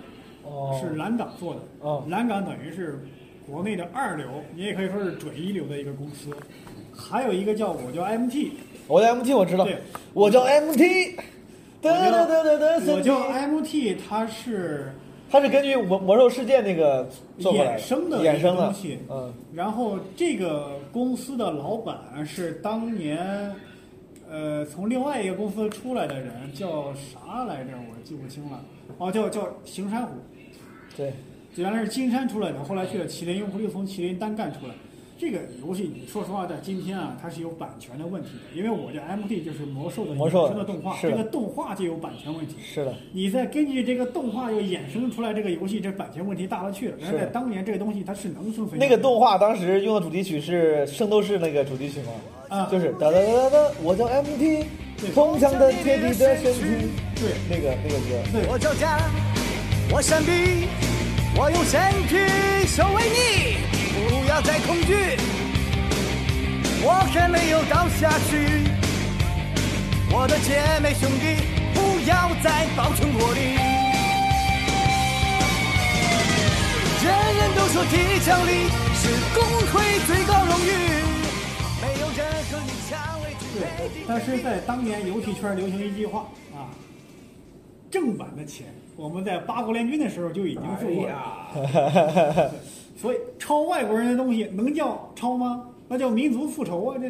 Speaker 8: 哦
Speaker 9: 是蓝港做的，
Speaker 8: 哦
Speaker 9: 蓝港等于是国内的二流，你也可以说是准一流的一个公司。还有一个叫我叫 MT，
Speaker 8: 我叫 MT，我知道，我叫 MT。
Speaker 9: 我
Speaker 8: 得得得得
Speaker 9: 叫
Speaker 8: 得，
Speaker 9: 我叫 MT，它是
Speaker 8: 它是根据魔魔兽世界那个做过来
Speaker 9: 衍生的
Speaker 8: 衍生
Speaker 9: 一个东
Speaker 8: 的
Speaker 9: 西，
Speaker 8: 嗯，
Speaker 9: 然后这个公司的老板是当年，呃，从另外一个公司出来的人，叫啥来着？我记不清了。哦，叫叫邢山虎。
Speaker 8: 对，
Speaker 9: 就原来是金山出来的，后来去了麒麟，又不是从麒麟单干出来。这个游戏，你说实话，在今天啊，它是有版权的问题的，因为我这 MD 就是魔兽的
Speaker 8: 魔兽
Speaker 9: 衍生的动画，
Speaker 8: 是
Speaker 9: 这
Speaker 8: 的
Speaker 9: 个动画就有版权问题。
Speaker 8: 是的，
Speaker 9: 你再根据这个动画又衍生出来这个游戏，这版权问题大了去了。然后在当年，这个东西它是能生存下
Speaker 8: 那
Speaker 9: 来
Speaker 8: 个
Speaker 9: 的。
Speaker 8: 动画当时用的主题曲是《圣斗士》那个主题曲吗？
Speaker 9: 啊
Speaker 8: 就是哒哒哒哒哒，我叫 MT，通常的贴你的身体，
Speaker 9: 对，
Speaker 8: 那个那个歌，
Speaker 19: 我叫家，我闪避，我用身体守卫你，不要再恐惧，我还没有倒下去，我的姐妹兄弟，不要再抱成我力。人人都说铁匠力是工会最高荣誉，没有人和你抢位置。
Speaker 9: 对，但是在当年游戏圈流行一句话啊，正版的钱，我们在八国联军的时候就已经说过
Speaker 8: 哎
Speaker 9: 了。所以抄外国人的东西能叫抄吗？那叫民族复仇啊！这，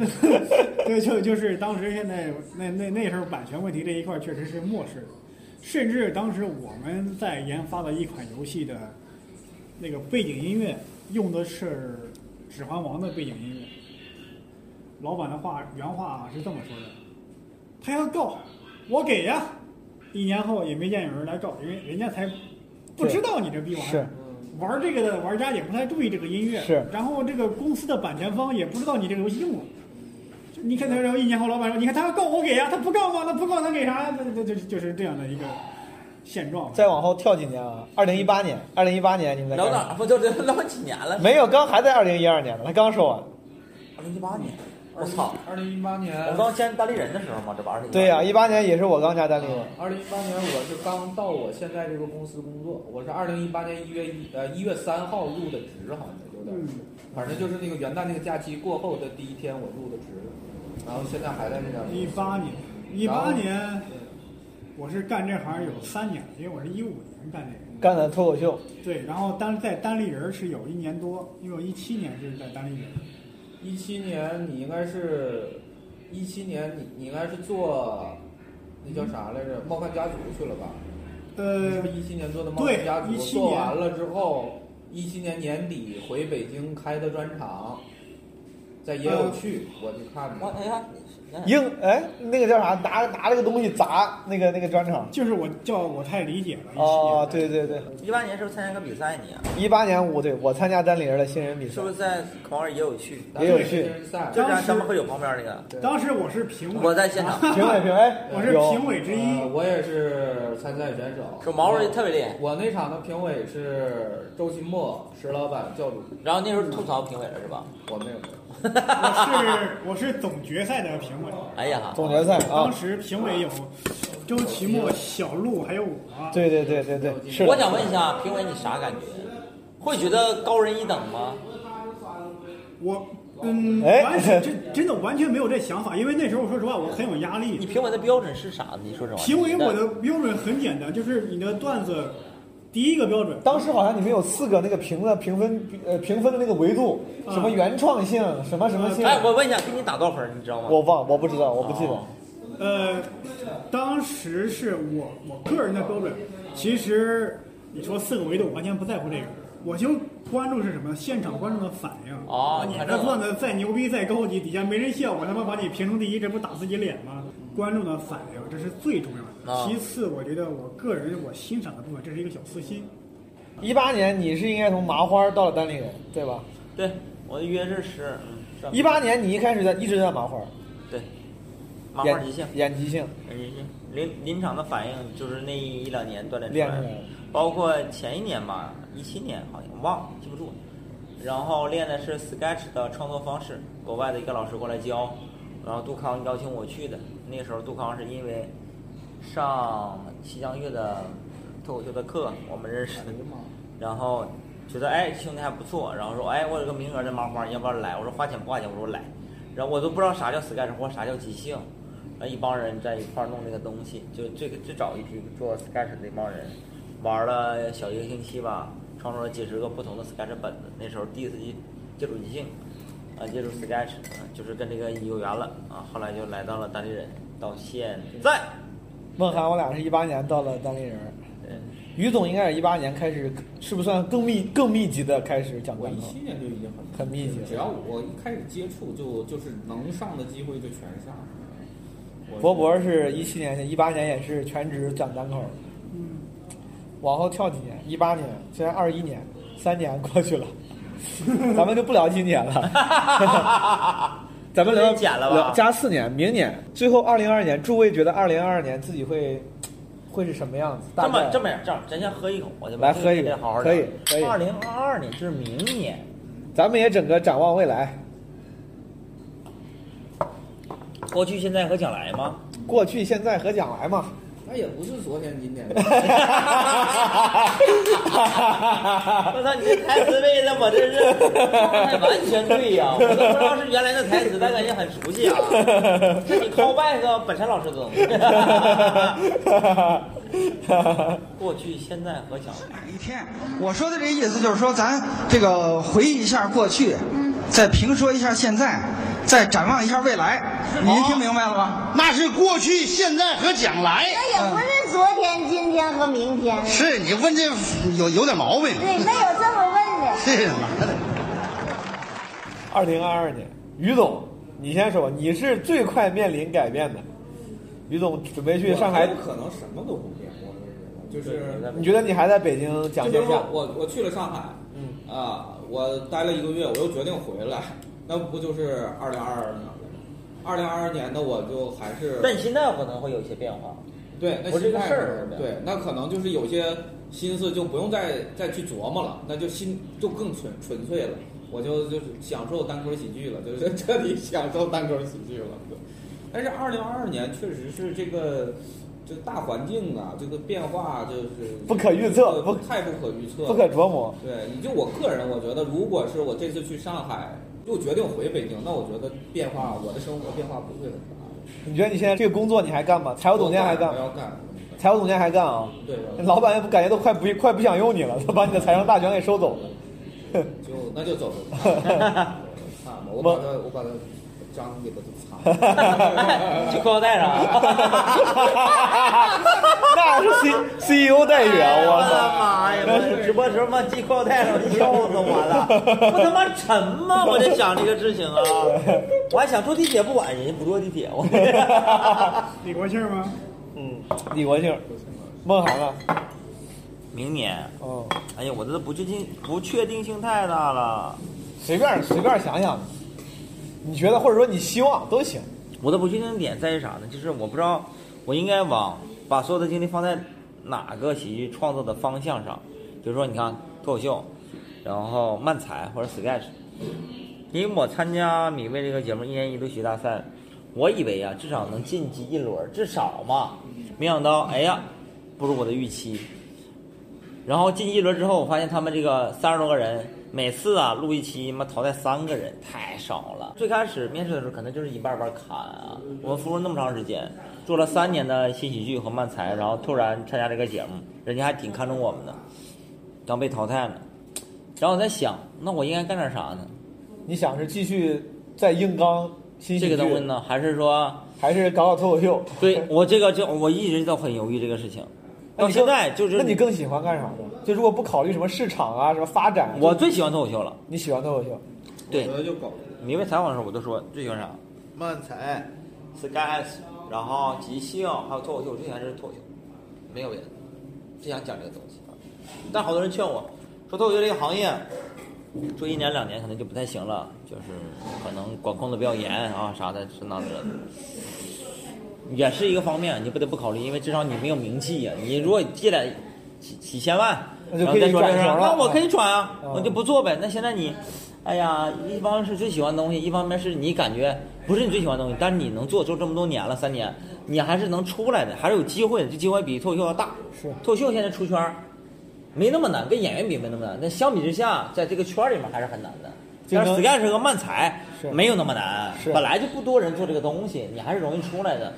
Speaker 9: 这对，就就是当时现在那那那时候版权问题这一块确实是漠视的，甚至当时我们在研发的一款游戏的那个背景音乐用的是《指环王》的背景音乐。老板的话原话啊是这么说的：“他要告，我给呀。”一年后也没见有人来告，因为人家才不知道你这逼玩意
Speaker 8: 是
Speaker 9: 儿。
Speaker 11: 嗯
Speaker 9: 玩这个的玩家也不太注意这个音乐，
Speaker 8: 是
Speaker 9: 然后这个公司的版权方也不知道你这个游戏用过。就你看他，然后一年后老板说：“你看他要告我给呀，他不告吗？那不告他给啥呀？”这这这就是这样的一个现状。
Speaker 8: 再往后跳几年啊，二零一八年，二零一八年你们在
Speaker 5: 聊
Speaker 8: 干什么
Speaker 5: 哪儿不就聊聊几年了？
Speaker 8: 没有，刚还在二零一二年呢，他刚说完。
Speaker 5: 二零一八年，我操，
Speaker 14: 二零一八年，
Speaker 5: 我刚见单立人的时候嘛，这不二零
Speaker 8: 对呀、一八年也是我刚加单立人。
Speaker 14: 二零一八年我是刚到我现在这个公司工作，我是二零一八年一月一呃一月三号入的职，好像有
Speaker 9: 嗯
Speaker 14: 点儿是，反正就是那个元旦那个假期过后的第一天我入的职，然后现在还在那边。
Speaker 9: 一八年，一八年，我是干这行有三年了，因为我是一五年干这个。
Speaker 8: 干的脱口秀，
Speaker 9: 对，然后单在单立人是有一年多，因为我一七年是在单立人。
Speaker 14: 一七年你应该是，一七年你你应该是做，那叫啥来着？《冒犯家族》去了吧？
Speaker 9: 呃，
Speaker 14: 一七年做的《冒
Speaker 9: 对
Speaker 14: 犯家，族
Speaker 9: 一》七
Speaker 14: 做
Speaker 9: 年
Speaker 14: 完了之后，一七年年底回北京开的专场，在也
Speaker 9: 呃
Speaker 14: 有去，我去看的。
Speaker 8: 硬哎，那个叫啥？拿拿了个东西砸那个那个专场。
Speaker 9: 就是我叫我太理解了。
Speaker 8: 哦，对对对，
Speaker 5: 一八年是不是参加个比赛你啊？
Speaker 8: 一八年我对我参加单立人的新人比
Speaker 5: 是
Speaker 8: 赛
Speaker 5: 不，是在孔二也有去？
Speaker 8: 也有去
Speaker 5: 就是
Speaker 9: 当时
Speaker 5: 咱们会有旁边那个。
Speaker 9: 当时我是评委，
Speaker 5: 我在现场
Speaker 8: 评委评哎委
Speaker 9: 我是评委之一。
Speaker 14: 呃我也是参赛选手。
Speaker 5: 手毛儿特别厉害
Speaker 14: 我那场的评委是周新墨、石老板、教主。
Speaker 5: 然后那时候吐槽评委了是吧？
Speaker 14: 我没有。
Speaker 5: 嗯
Speaker 9: 我是我是总决赛的评委。
Speaker 5: 哎呀，
Speaker 8: 总决赛啊
Speaker 9: 当时评委有周奇墨、小鹿还有我。
Speaker 8: 对对对对对，是的。
Speaker 5: 我想问一下，评委你啥感觉？会觉得高人一等吗？
Speaker 9: 我嗯，
Speaker 5: 哎
Speaker 9: 完全真真的完全没有这想法，因为那时候说实话我很有压力。
Speaker 5: 你评委的标准是啥呢？你说这玩意儿。
Speaker 9: 评委我的标准很简单，就是你的段子第一个标准。
Speaker 8: 当时好像你们有四个那个评的评分呃评分的那个维度，什么原创性，什么什么性。
Speaker 5: 啊哎，我问一下，给你打多少分儿？你知道吗？
Speaker 8: 我忘我不知道，我不记得。
Speaker 9: 呃，当时是我我个人的标准，其实你说四个维度，我完全不在乎这个，我就关注是什么，现场观众的反应。
Speaker 5: 哦，
Speaker 9: 你
Speaker 5: 你看这
Speaker 9: 这段
Speaker 5: 个。
Speaker 9: 子再牛逼再高级，底下没人笑，我他妈把你评成第一，这不打自己脸吗？观众的反应这是最重要的。
Speaker 8: 啊
Speaker 9: 其次，我觉得我个人我欣赏的部分，这是一个小私心。
Speaker 8: 一八年你是应该从麻花到了单立人，对吧？
Speaker 5: 对，我的约是十。嗯是吧
Speaker 8: 一八年你一开始在一直在麻花，
Speaker 5: 对，麻花
Speaker 8: 演
Speaker 5: 即兴，
Speaker 8: 演即兴，
Speaker 5: 演即兴，哎临临场的反应就是那一两年锻炼出
Speaker 8: 练出
Speaker 5: 来
Speaker 8: 来
Speaker 5: 的
Speaker 8: 了。
Speaker 5: 包括前一年吧，一七年好像忘了，记不住了。然后练的是 Sketch 的创作方式，国外的一个老师过来教，然后杜康邀请我去的。那时候杜康是因为上西江月的脱口秀的课，我们认识的。然后觉得哎兄弟还不错，然后说哎我有个名额在麻花，你要不要来？我说花钱不花钱，我说我来。然后我都不知道啥叫 Sketch 或啥叫即兴，然后一帮人在一块儿弄这个东西，就最最早一批做 Sketch 的那帮人，玩了小一个星期吧，创作了几十个不同的 Sketch 本子。那时候第一次接接触即兴，啊接触 Sketch，啊就是跟这个有缘了啊。后来就来到了单立人，到现在。
Speaker 8: 孟涵我俩是一八年到了单立人，
Speaker 5: 嗯，
Speaker 8: 于总应该是一八年开始，是不是算更密更密集的开始讲
Speaker 11: 我
Speaker 8: 单
Speaker 11: 一
Speaker 8: 口？
Speaker 11: 七年就已经很
Speaker 8: 很密集了
Speaker 11: 只要我一开始接触就就是能上的机会就全上。我
Speaker 8: 博博是一七年，一八年也是全职讲单口，往后跳几年，一八年，现在二一年，三年过 去了，咱们就不聊今年了，咱们聊
Speaker 5: 剪了吧
Speaker 8: 聊加四年，明年最后二零二年，诸位觉得二零二二年自己会会是什么样子？
Speaker 5: 这
Speaker 8: 大
Speaker 5: 么
Speaker 8: 概
Speaker 5: 这么样，这样，咱先喝一口，我就
Speaker 8: 来喝一个
Speaker 5: 好好，
Speaker 8: 可以可以。
Speaker 5: 二零二二年就是明年，
Speaker 8: 咱们也整个展望未来，
Speaker 5: 过去、现在和将 来吗？
Speaker 8: 过去、现在和将来嘛。
Speaker 20: 那也不是昨天今 天的。
Speaker 5: 我操，你这台词背的我真是完全对呀、我都不知道是原来的台词，但感觉很熟悉啊。这你 call back 到本山老师更。 过去、现在和将来。
Speaker 6: 一天，我说的这意思就是说，咱这个回忆一下过去，再评说一下现在，再展望一下未来。您听明白了吗？那是过去、现在和将来
Speaker 7: 那也哎不是昨天、今天和明天。
Speaker 21: 哎是你问这有有点毛病。
Speaker 7: 对，没有这么问的。
Speaker 21: 是吗？
Speaker 8: 二零二二年，于总，你先说，你是最快面临改变的。于总准备去上海
Speaker 11: 我，可能什么都不变，我觉得就是
Speaker 8: 你觉得你还在北京讲线
Speaker 11: 就比如
Speaker 8: 下
Speaker 11: 说？我我去了上海，嗯啊，我待了一个月，我又决定回来，那不就是二零二二年了？二零二二年的我就还是
Speaker 5: 但心态可能会有一些变化。
Speaker 11: 对，那
Speaker 5: 我这
Speaker 11: 心
Speaker 5: 个
Speaker 11: 态
Speaker 5: 事儿
Speaker 11: 是对，那可能就是有些心思就不用再再去琢磨了，那就心就更纯纯粹了，我就就是享受单口喜剧了，就是 彻底享受单口喜剧了。对但是二零二二年确实是这个。这大环境啊，这个变化就是
Speaker 8: 不可预测
Speaker 11: 不太不可预测，
Speaker 8: 不可琢磨
Speaker 11: 对，你就我个人，我觉得，如果是我这次去上海，又决定回北京，那我觉得变化，我的生活变化不会很大。
Speaker 8: 你觉得你现在这个工作你还干吗？财务总监还干
Speaker 11: 我
Speaker 8: 吗？
Speaker 11: 要干，
Speaker 8: 财务总监还干啊？
Speaker 11: 对我要干
Speaker 8: 老板也不感觉都快不快不想用你了，他把你的财政大权给收走了。
Speaker 11: 就那就走 了，看吧，我把它我把它章给它 都擦
Speaker 5: ，
Speaker 11: 了
Speaker 5: 就裤腰带上
Speaker 8: 那是 C C E O 待遇啊！
Speaker 5: 哎我
Speaker 8: 我
Speaker 5: 的
Speaker 8: 操！
Speaker 5: 妈呀！我直播时候嘛，系裤腰带上，笑死我 了！不他妈沉吗？我在想这个事情啊，我还想坐地铁不管人家不坐地铁， 我
Speaker 9: 李国庆吗？
Speaker 5: 嗯，
Speaker 8: 李国庆，孟涵啊，
Speaker 5: 明年，
Speaker 8: 哦，
Speaker 5: 哎呀，我这不确定不确定性太大了，
Speaker 8: 随便随便想想，你觉得或者说你希望都行。
Speaker 5: 我的不确定点在于啥呢？就是我不知道我应该往把所有的精力放在哪个喜剧创作的方向上，比如说你看脱口秀，然后漫才或者 sketch，因为我参加米未这个节目一年一度喜剧大赛，我以为啊至少能晋级一轮，至少嘛，没想到哎呀不如我的预期。然后晋级一轮之后，我发现他们这个三十多个人，每次啊录一期，妈淘汰三个人，太少了。最开始面试的时候，可能就是一半儿半儿砍啊。我们服务那么长时间，做了三年的新喜剧和漫才，然后突然参加这个节目，人家还挺看重我们的，刚被淘汰了。然后我在想，那我应该干点啥呢？
Speaker 8: 你想是继续在硬刚新喜剧
Speaker 5: 这个东西呢，还是说
Speaker 8: 还是搞搞脱口秀？
Speaker 5: 对我这个就我一直都很犹豫这个事情，到现在就 是
Speaker 8: 那你更喜欢干啥呢？就如果不考虑什么市场啊、什么发展，
Speaker 5: 我最喜欢脱口秀了。
Speaker 8: 你喜欢脱口秀？
Speaker 5: 对，
Speaker 11: 我就搞。
Speaker 5: 你问采访的时候，我就说最喜欢啥？漫 才、sketch，然后即兴，还有脱口秀。我最喜欢是脱口秀，没有人，只想讲这个东西。但好多人劝我说，脱口秀这个行业做一年两年可能就不太行了，就是可能管控的比较严啊啥的，这那的。也是一个方面，你不得不考虑，因为至少你没有名气呀、你如果借来几几千万，
Speaker 8: 那就可
Speaker 5: 然后
Speaker 8: 以
Speaker 5: 再说这
Speaker 8: 转
Speaker 5: 事儿
Speaker 8: 行了
Speaker 5: 那我可以转啊，
Speaker 8: 嗯
Speaker 5: 我就不做呗。那现在你，哎呀，一方面是最喜欢的东西，一方面是你感觉不是你最喜欢的东西，但是你能做，做这么多年了，三年，你还是能出来的，还是有机会的。这机会比脱口秀要大。
Speaker 8: 是
Speaker 5: 脱口秀现在出圈儿没那么难，跟演员比没那么难，但相比之下，在这个圈儿里面还是很难的。
Speaker 8: 竞
Speaker 5: 但是
Speaker 8: 争
Speaker 5: sketch 和漫才
Speaker 8: 是
Speaker 5: 没有那么难，
Speaker 8: 是
Speaker 5: 本来就不多人做这个东西，你还是容易出来的。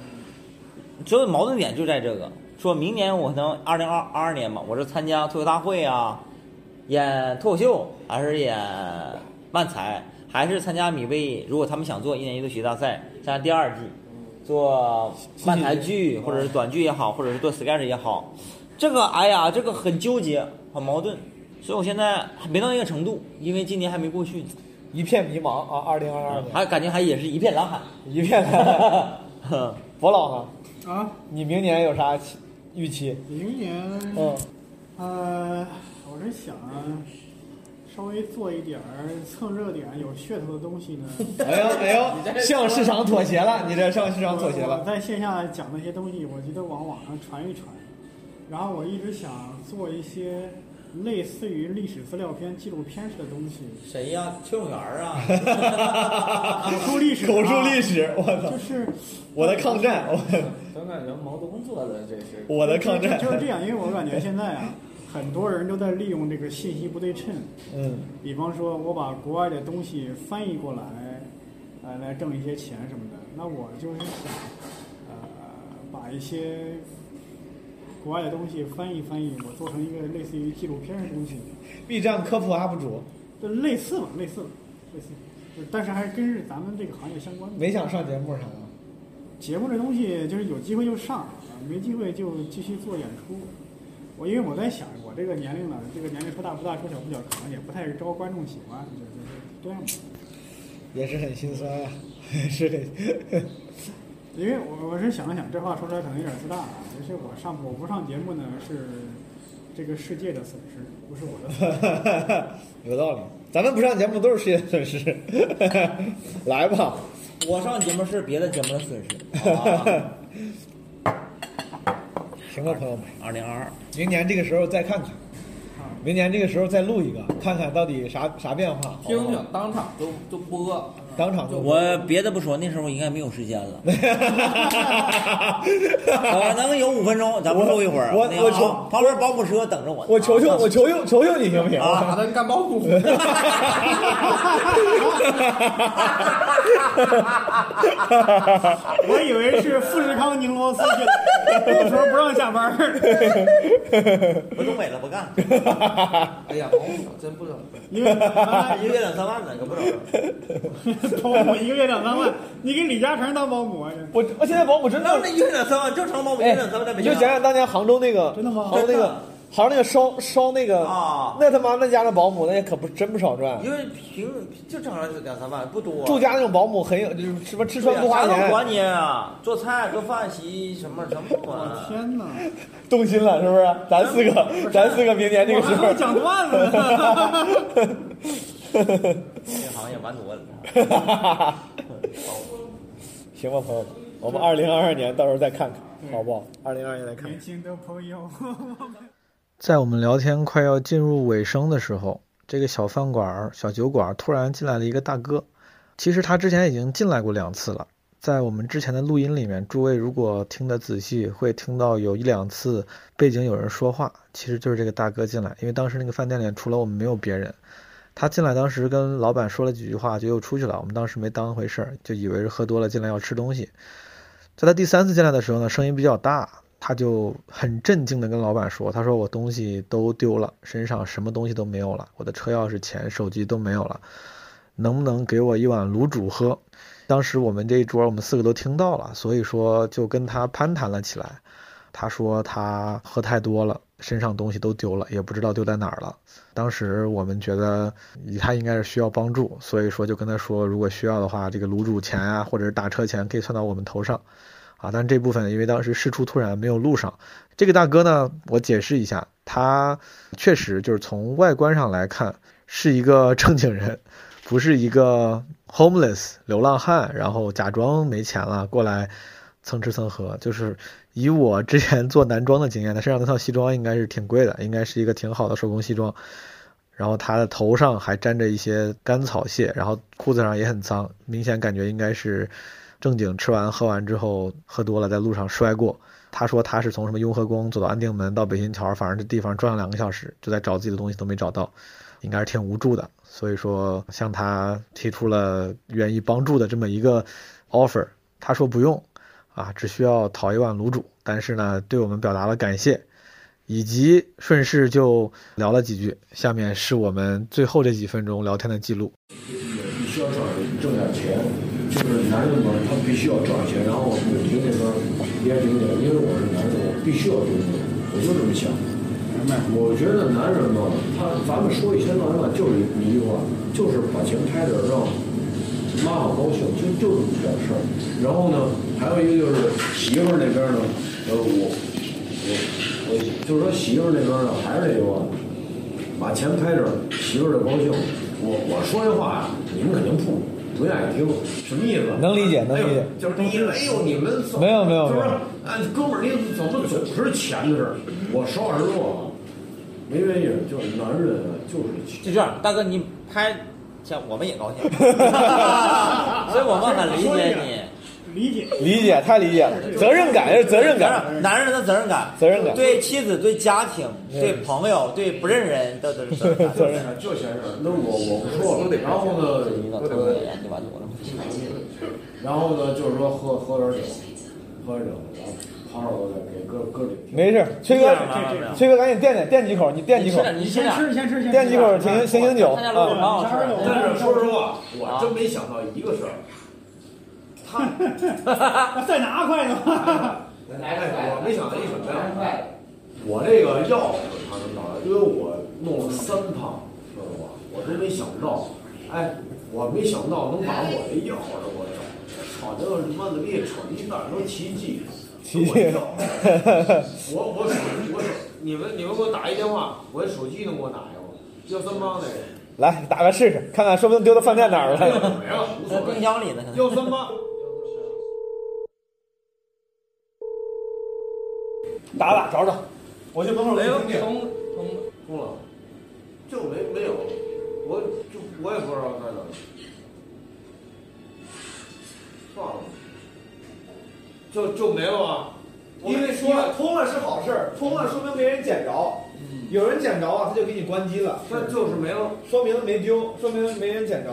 Speaker 5: 所有矛盾点就在这个，说明年我可能二零二二年嘛，我是参加脱口大会啊，演脱口秀，还是演漫才，还是参加米未？如果他们想做一年一度喜剧大赛，参加第
Speaker 8: 啊
Speaker 5: 二季，做漫才剧或者是短剧也好，或者是做 sketch 也好，这个哎呀，这个很纠结，很矛盾，所以我现在还没到那个程度，因为今年还没过去呢，
Speaker 8: 一片迷茫啊，二零二二年
Speaker 5: 嗯还感觉还也是一片蓝海，
Speaker 8: 一片 蓝海。佛老
Speaker 9: 呢？啊，
Speaker 8: 你明年有啥期预期？
Speaker 9: 明年，
Speaker 8: 嗯，
Speaker 9: 呃，我是想稍微做一点儿蹭热点、有噱头的东 西呢。
Speaker 8: 哎呦哎呦， 向市场妥协了，你这向市场妥协
Speaker 9: 我
Speaker 8: 了。
Speaker 9: 在线下讲那些东西，我觉得往网上传一传。然后我一直想做一些类似于历史资料片、纪录片式的东西。
Speaker 5: 谁呀？邱永元 啊，
Speaker 9: 口述历史啊，
Speaker 8: 口述历史我操
Speaker 9: 就是
Speaker 8: 我的抗战，我
Speaker 14: 我感觉毛泽东做的这是
Speaker 8: 我的抗战
Speaker 9: 就是这样，因为我感觉现在啊，很多人都在利用这个信息不对称。
Speaker 8: 嗯，
Speaker 9: 比方说，我把国外的东西翻译过来，呃，来挣一些钱什么的。那我就是想，呃，把一些国外的东西翻译翻译，我做成一个类似于纪录片的东西，
Speaker 8: B 站科普 UP 主
Speaker 9: 就类似吧，类似吧，类似，就但是还真是咱们这个行业相关的。
Speaker 8: 没想上啊节目啥的。
Speaker 9: 节目这东西就是有机会就上，啊没机会就继续做演出。我因为我在想，我这个年龄了，这个年龄说大不大，说小不小，可能也不太招观众喜欢，就就就这样吧。
Speaker 8: 也是很心酸啊， 是很。
Speaker 9: 因为我我是想了想，这话说出来可能有点自大啊。其实我上我不上节目呢，是这个世界的损失，不是我的损失。
Speaker 8: 有道理，咱们不上节目都是世界损失。 来吧，
Speaker 5: 我上节目是别的节目的损失。
Speaker 8: 行了，朋友们，
Speaker 5: 二零二二，
Speaker 8: 明年这个时候再看看，明年这个时候再录一个，看看到底啥啥变化。好
Speaker 14: 听听，当场就就播，
Speaker 8: 当场就
Speaker 5: 我别的不说，那时候应该没有时间 了。呃咱们有五分钟，咱们录一会儿。
Speaker 8: 我
Speaker 5: 那个
Speaker 8: 我
Speaker 5: 啊
Speaker 8: 求
Speaker 5: 旁边保姆车等着我。
Speaker 8: 我求求我求求求求你行不行？
Speaker 5: 啊
Speaker 14: 咱干包 谷。
Speaker 9: 我以为是富士康宁螺丝去了，那时候不让下班儿。
Speaker 5: 我东北了，不干。
Speaker 14: 哎呀，保姆真不整，
Speaker 9: 因为啊
Speaker 5: 一个月两三万呢，可不整。
Speaker 9: 保姆一个月两三万，你给李嘉诚当保姆啊？
Speaker 8: 我我现在保姆真
Speaker 5: 的，那一个月两三万，正常保姆一个月两三万在北
Speaker 8: 哎你
Speaker 5: 京
Speaker 8: 就
Speaker 5: 啊。
Speaker 8: 想想当年杭州那个，真的吗杭州那
Speaker 5: 真
Speaker 8: 个
Speaker 5: 的，
Speaker 8: 杭州那个烧烧那个，
Speaker 5: 啊
Speaker 8: 那他妈那家的保姆那也可不真不少赚。
Speaker 5: 因为平就正常两三万，不多。
Speaker 8: 住家那种保姆很有，就是什么吃
Speaker 5: 对
Speaker 8: 穿
Speaker 5: 呀
Speaker 8: 不花
Speaker 5: 啥
Speaker 8: 钱，
Speaker 5: 都管你啊，做菜、做饭、洗衣什么什么都管。啊
Speaker 9: 天哪！
Speaker 8: 动心了是不是？咱四个，咱四个明年这个时
Speaker 9: 我还
Speaker 8: 候
Speaker 9: 会讲段子呢
Speaker 5: 这行业蛮多的。
Speaker 8: 行吧，朋友们，我们二零二二年到时候再看看，好不好？二零二年来看
Speaker 9: 年。轻的朋友。
Speaker 3: 在我们聊天快要进入尾声的时候，这个小饭馆儿、小酒馆儿突然进来了一个大哥。其实他之前已经进来过两次了，在我们之前的录音里面，诸位如果听得仔细，会听到有一两次背景有人说话，其实就是这个大哥进来，因为当时那个饭店里除了我们没有别人。他进来当时跟老板说了几句话，就又出去了。我们当时没当回事儿，就以为是喝多了进来要吃东西。在他第三次进来的时候呢，声音比较大，他就很镇静地跟老板说：“他说我东西都丢了，身上什么东西都没有了，我的车钥匙、钱、手机都没有了，能不能给我一碗卤煮喝？”当时我们这一桌我们四个都听到了，所以说就跟他攀谈了起来。他说他喝太多了，身上东西都丢了，也不知道丢在哪儿了。当时我们觉得他应该是需要帮助，所以说就跟他说，如果需要的话，这个卤煮钱啊，或者是打车钱可以算到我们头上，啊，但这部分因为当时事出突然没有录上。这个大哥呢，我解释一下，他确实就是从外观上来看是一个正经人，不是一个 homeless 流浪汉，然后假装没钱了过来蹭吃蹭喝，就是以我之前做男装的经验，他身上那套西装应该是挺贵的，应该是一个挺好的手工西装。然后他的头上还沾着一些干草屑，然后裤子上也很脏，明显感觉应该是正经吃完喝完之后喝多了，在路上摔过。他说他是从什么雍和宫走到安定门到北新桥，反正这地方转了两个小时，就在找自己的东西都没找到，应该是挺无助的。所以说向他提出了愿意帮助的这么一个 offer，他说不用，啊，只需要讨一碗卤煮，但是呢，对我们表达了感谢，以及顺势就聊了几句。下面是我们最后这几分钟聊天的记录。
Speaker 10: 必须要找人挣点钱，就是男人嘛，他必须要赚钱。然后母亲那边也领点，因为我是男人，我必须要工作。
Speaker 11: 我就这么想。我觉得男人嘛，他咱们说一千道一万，就是一句话，就是把钱开点儿让妈妈高兴，就就这么点事儿。然后呢，还有一个就是媳妇儿那边儿呢，呃，我我我就是说媳妇儿那边儿呢，还是那句话，把钱开这儿，媳妇儿就高兴。我我说这话啊，你们肯定不不愿意听，什么意思？
Speaker 8: 能理解能理解
Speaker 11: 哎呦就是那意思，哎呦，你们怎么
Speaker 8: 没有没有
Speaker 11: 就是
Speaker 8: 没有
Speaker 11: 哎，哥们儿，你怎么总是钱的事儿？我实话实说，没原啊因，就是男人啊就是钱。
Speaker 5: 就这样，大哥你拍，像我们也 高兴，所以我们很理解 你，
Speaker 9: 理解
Speaker 8: 理解太理解了，责任感是责任感，
Speaker 5: 男人的责任感，
Speaker 8: 责任感
Speaker 5: 对妻子、对家庭、
Speaker 8: 嗯
Speaker 5: 对朋友、对不认人的 责任感，
Speaker 11: 就嫌就嫌事儿，那我我不说了。然后呢， 然后呢，就是说喝喝点酒，喝点酒，然后趴着我再给哥哥里。
Speaker 8: 没事，崔哥
Speaker 11: 这样吧这样吧，
Speaker 8: 崔哥赶紧垫垫垫几口，你垫几口，垫几口醒醒醒酒啊！
Speaker 11: 但是说实话，我真没想到一个事儿。
Speaker 9: 他 再拿筷子吧。
Speaker 11: 哎，我没想到一什么呀？我这个钥匙他能找到，因为我弄了三趟，知道吧？我都没想到，哎，我没想到能把我这钥匙我找着，操，这他妈的比扯一蛋都奇迹，
Speaker 8: 奇迹
Speaker 11: 我钥匙我我手我手，你们你们给我打一电话，我这手机能给我打一个吗？幺三八那个。
Speaker 8: 来打个试试，看看说不定丢到饭店哪儿了。
Speaker 11: 没了，无所谓。
Speaker 5: 冰箱里呢可能
Speaker 11: 幺三八，
Speaker 8: 打打找找，我去门口
Speaker 11: 没有
Speaker 8: 听听。
Speaker 11: 通通通了，就没没有，我就我也不知道在哪儿。算了，就就没了啊。
Speaker 8: 因为说通了是好事儿，通了说明没人捡着，有人捡着啊，他就给你关机了。
Speaker 11: 那就是没了，
Speaker 8: 说明没丢，说明没人捡着。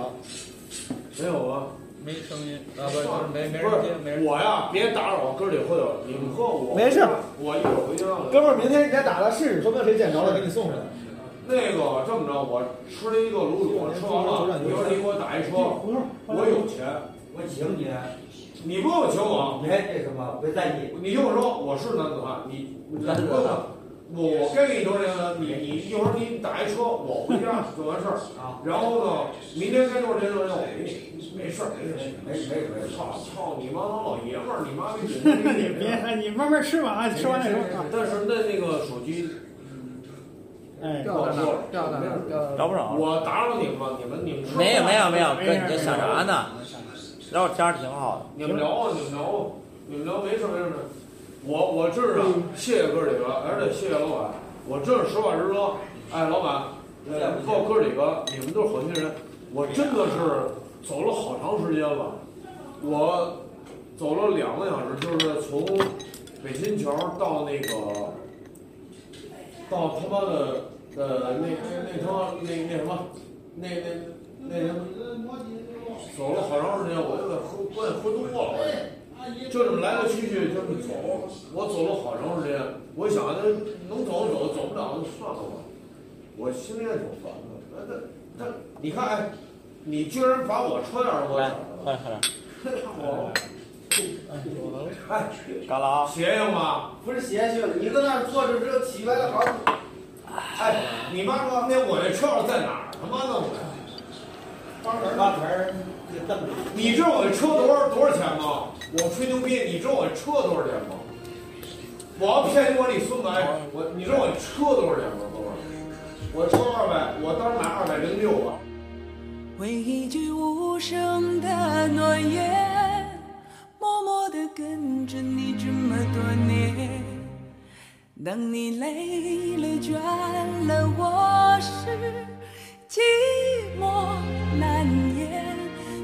Speaker 11: 没有啊，
Speaker 22: 没声音啊，不是
Speaker 11: 算了，
Speaker 22: 没没
Speaker 11: 不
Speaker 22: 人接，没
Speaker 11: 是
Speaker 22: 人。
Speaker 11: 我呀，别打扰我哥儿里喝酒，你们喝我
Speaker 8: 没事，
Speaker 11: 我一会儿回去让
Speaker 8: 哥们儿，明天你再打他试试，说不定谁捡着了给你送上来。
Speaker 11: 那个这么着，我吃了一个卤煮，吃完了，一会儿你给我打一车，我有钱，我请你，你不用请我，哎，这什么？别在意，你就说我是男子汉，你男子汉。我我该给你多少钱？你你一会儿你打一车，我回家就完事儿啊。然后呢，明天该多少钱多少钱我给你，没事儿，没事儿，没事儿没事儿。操操你妈当老爷们儿，你妈 逼
Speaker 9: 你别，你慢慢吃吧啊，吃完再说。啊
Speaker 11: 但是那那个手机
Speaker 9: 哎，
Speaker 11: 掉到那儿，掉到那儿，
Speaker 5: 找不着了
Speaker 11: 我打扰你们了，你们你们说
Speaker 5: 没有没有没有，哥你这想啥呢？聊会儿天儿挺好的，
Speaker 11: 你们聊啊，你们聊啊，你们聊，没事没事没事。我我这是啊，谢谢哥几个，而且谢谢老板，我这是实话实说，哎，老板，呃，报哥几个，你们都是好心人，我真的是走了好长时间了，我走了两个小时，就是从北新桥到那个到他妈的呃那那那他妈那那什么那那那什么。走了好长时间，我有点喝，我也喝多了，我就这么来来去去就这么走，我走了好长时间，我想那能走就走，走不了就算了吧。我心里也挺烦的，那那那你看，哎，你居然把我车钥匙给我抢了，
Speaker 5: 快点快点，
Speaker 11: 我哎，
Speaker 5: 干了啊！
Speaker 11: 邪性吧？
Speaker 23: 不是邪性，你搁那儿坐着之后起歪了好几。
Speaker 11: 哎，你妈说那我这车钥匙在哪儿？他妈弄的！
Speaker 23: 帮人把门儿给蹬着。
Speaker 11: 你知道我这车多少多少钱吗？我吹牛逼，你知道我这车多少钱吗？我要骗你，我你孙子，哎我你知道我这车多少钱吗？哥们儿，我车二百，我当时拿二百零六吧。
Speaker 6: 为一句无声的诺言，默默地跟着你这么多年。当你累了倦了，我是寂寞难言，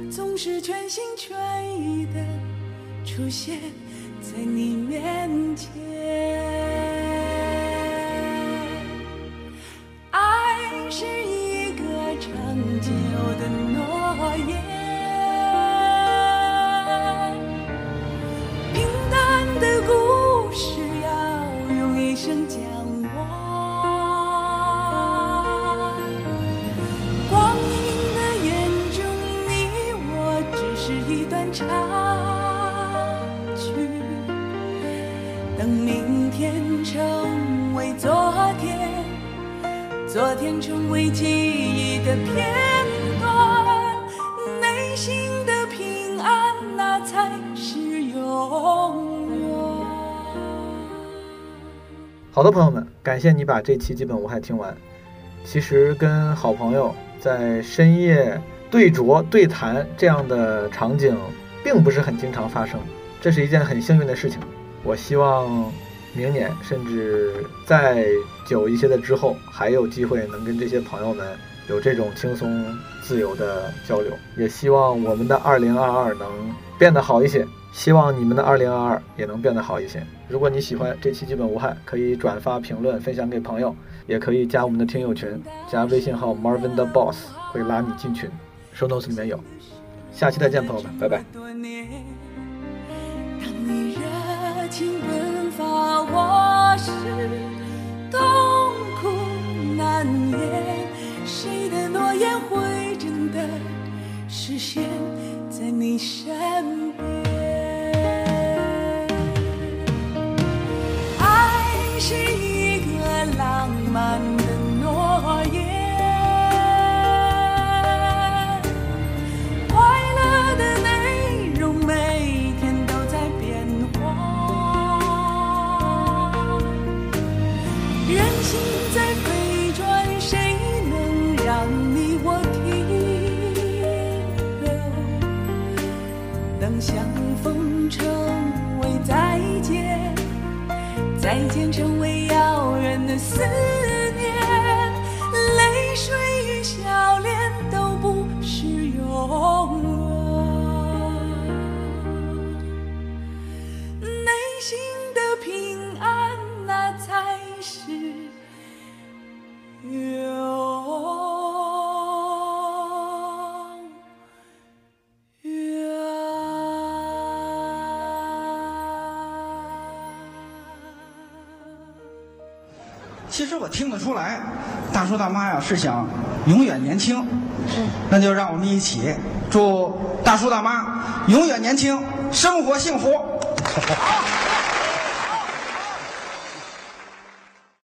Speaker 6: 总是全心全意的出现在你面前。爱是一个长久的诺言，平淡的故事要用一生讲完。光阴的眼中，你我只是一段插曲，等明天成为。的片段，内心的平安，那才是永远。
Speaker 3: 好的，朋友们，感谢你把这期基本无害听完。其实跟好朋友在深夜对酌、对谈这样的场景，并不是很经常发生，这是一件很幸运的事情。我希望明年，甚至再久一些的之后，还有机会能跟这些朋友们有这种轻松自由的交流。也希望我们的2022能变得好一些，希望你们的2022也能变得好一些。如果你喜欢这期基本无害，可以转发、评论、分享给朋友，也可以加我们的听友群，加微信号 Marvin the Boss 会拉你进群，show notes 里面有。下期再见，朋友们，拜拜。
Speaker 6: 多年，当你热情奔放，我是痛苦难言。谁的诺言会真的实现在你身边？爱是一个浪漫的诺言。快乐的内容每天都在变化，人心在飞转，谁能让你我停留？等相逢成为再见，再见成为遥远的思念，泪水与笑脸都不是永远。内心的平安，那才是永远。
Speaker 24: 其实我听得出来，大叔大妈呀是想永远年轻，那就让我们一起祝大叔大妈永远年轻，生活幸福。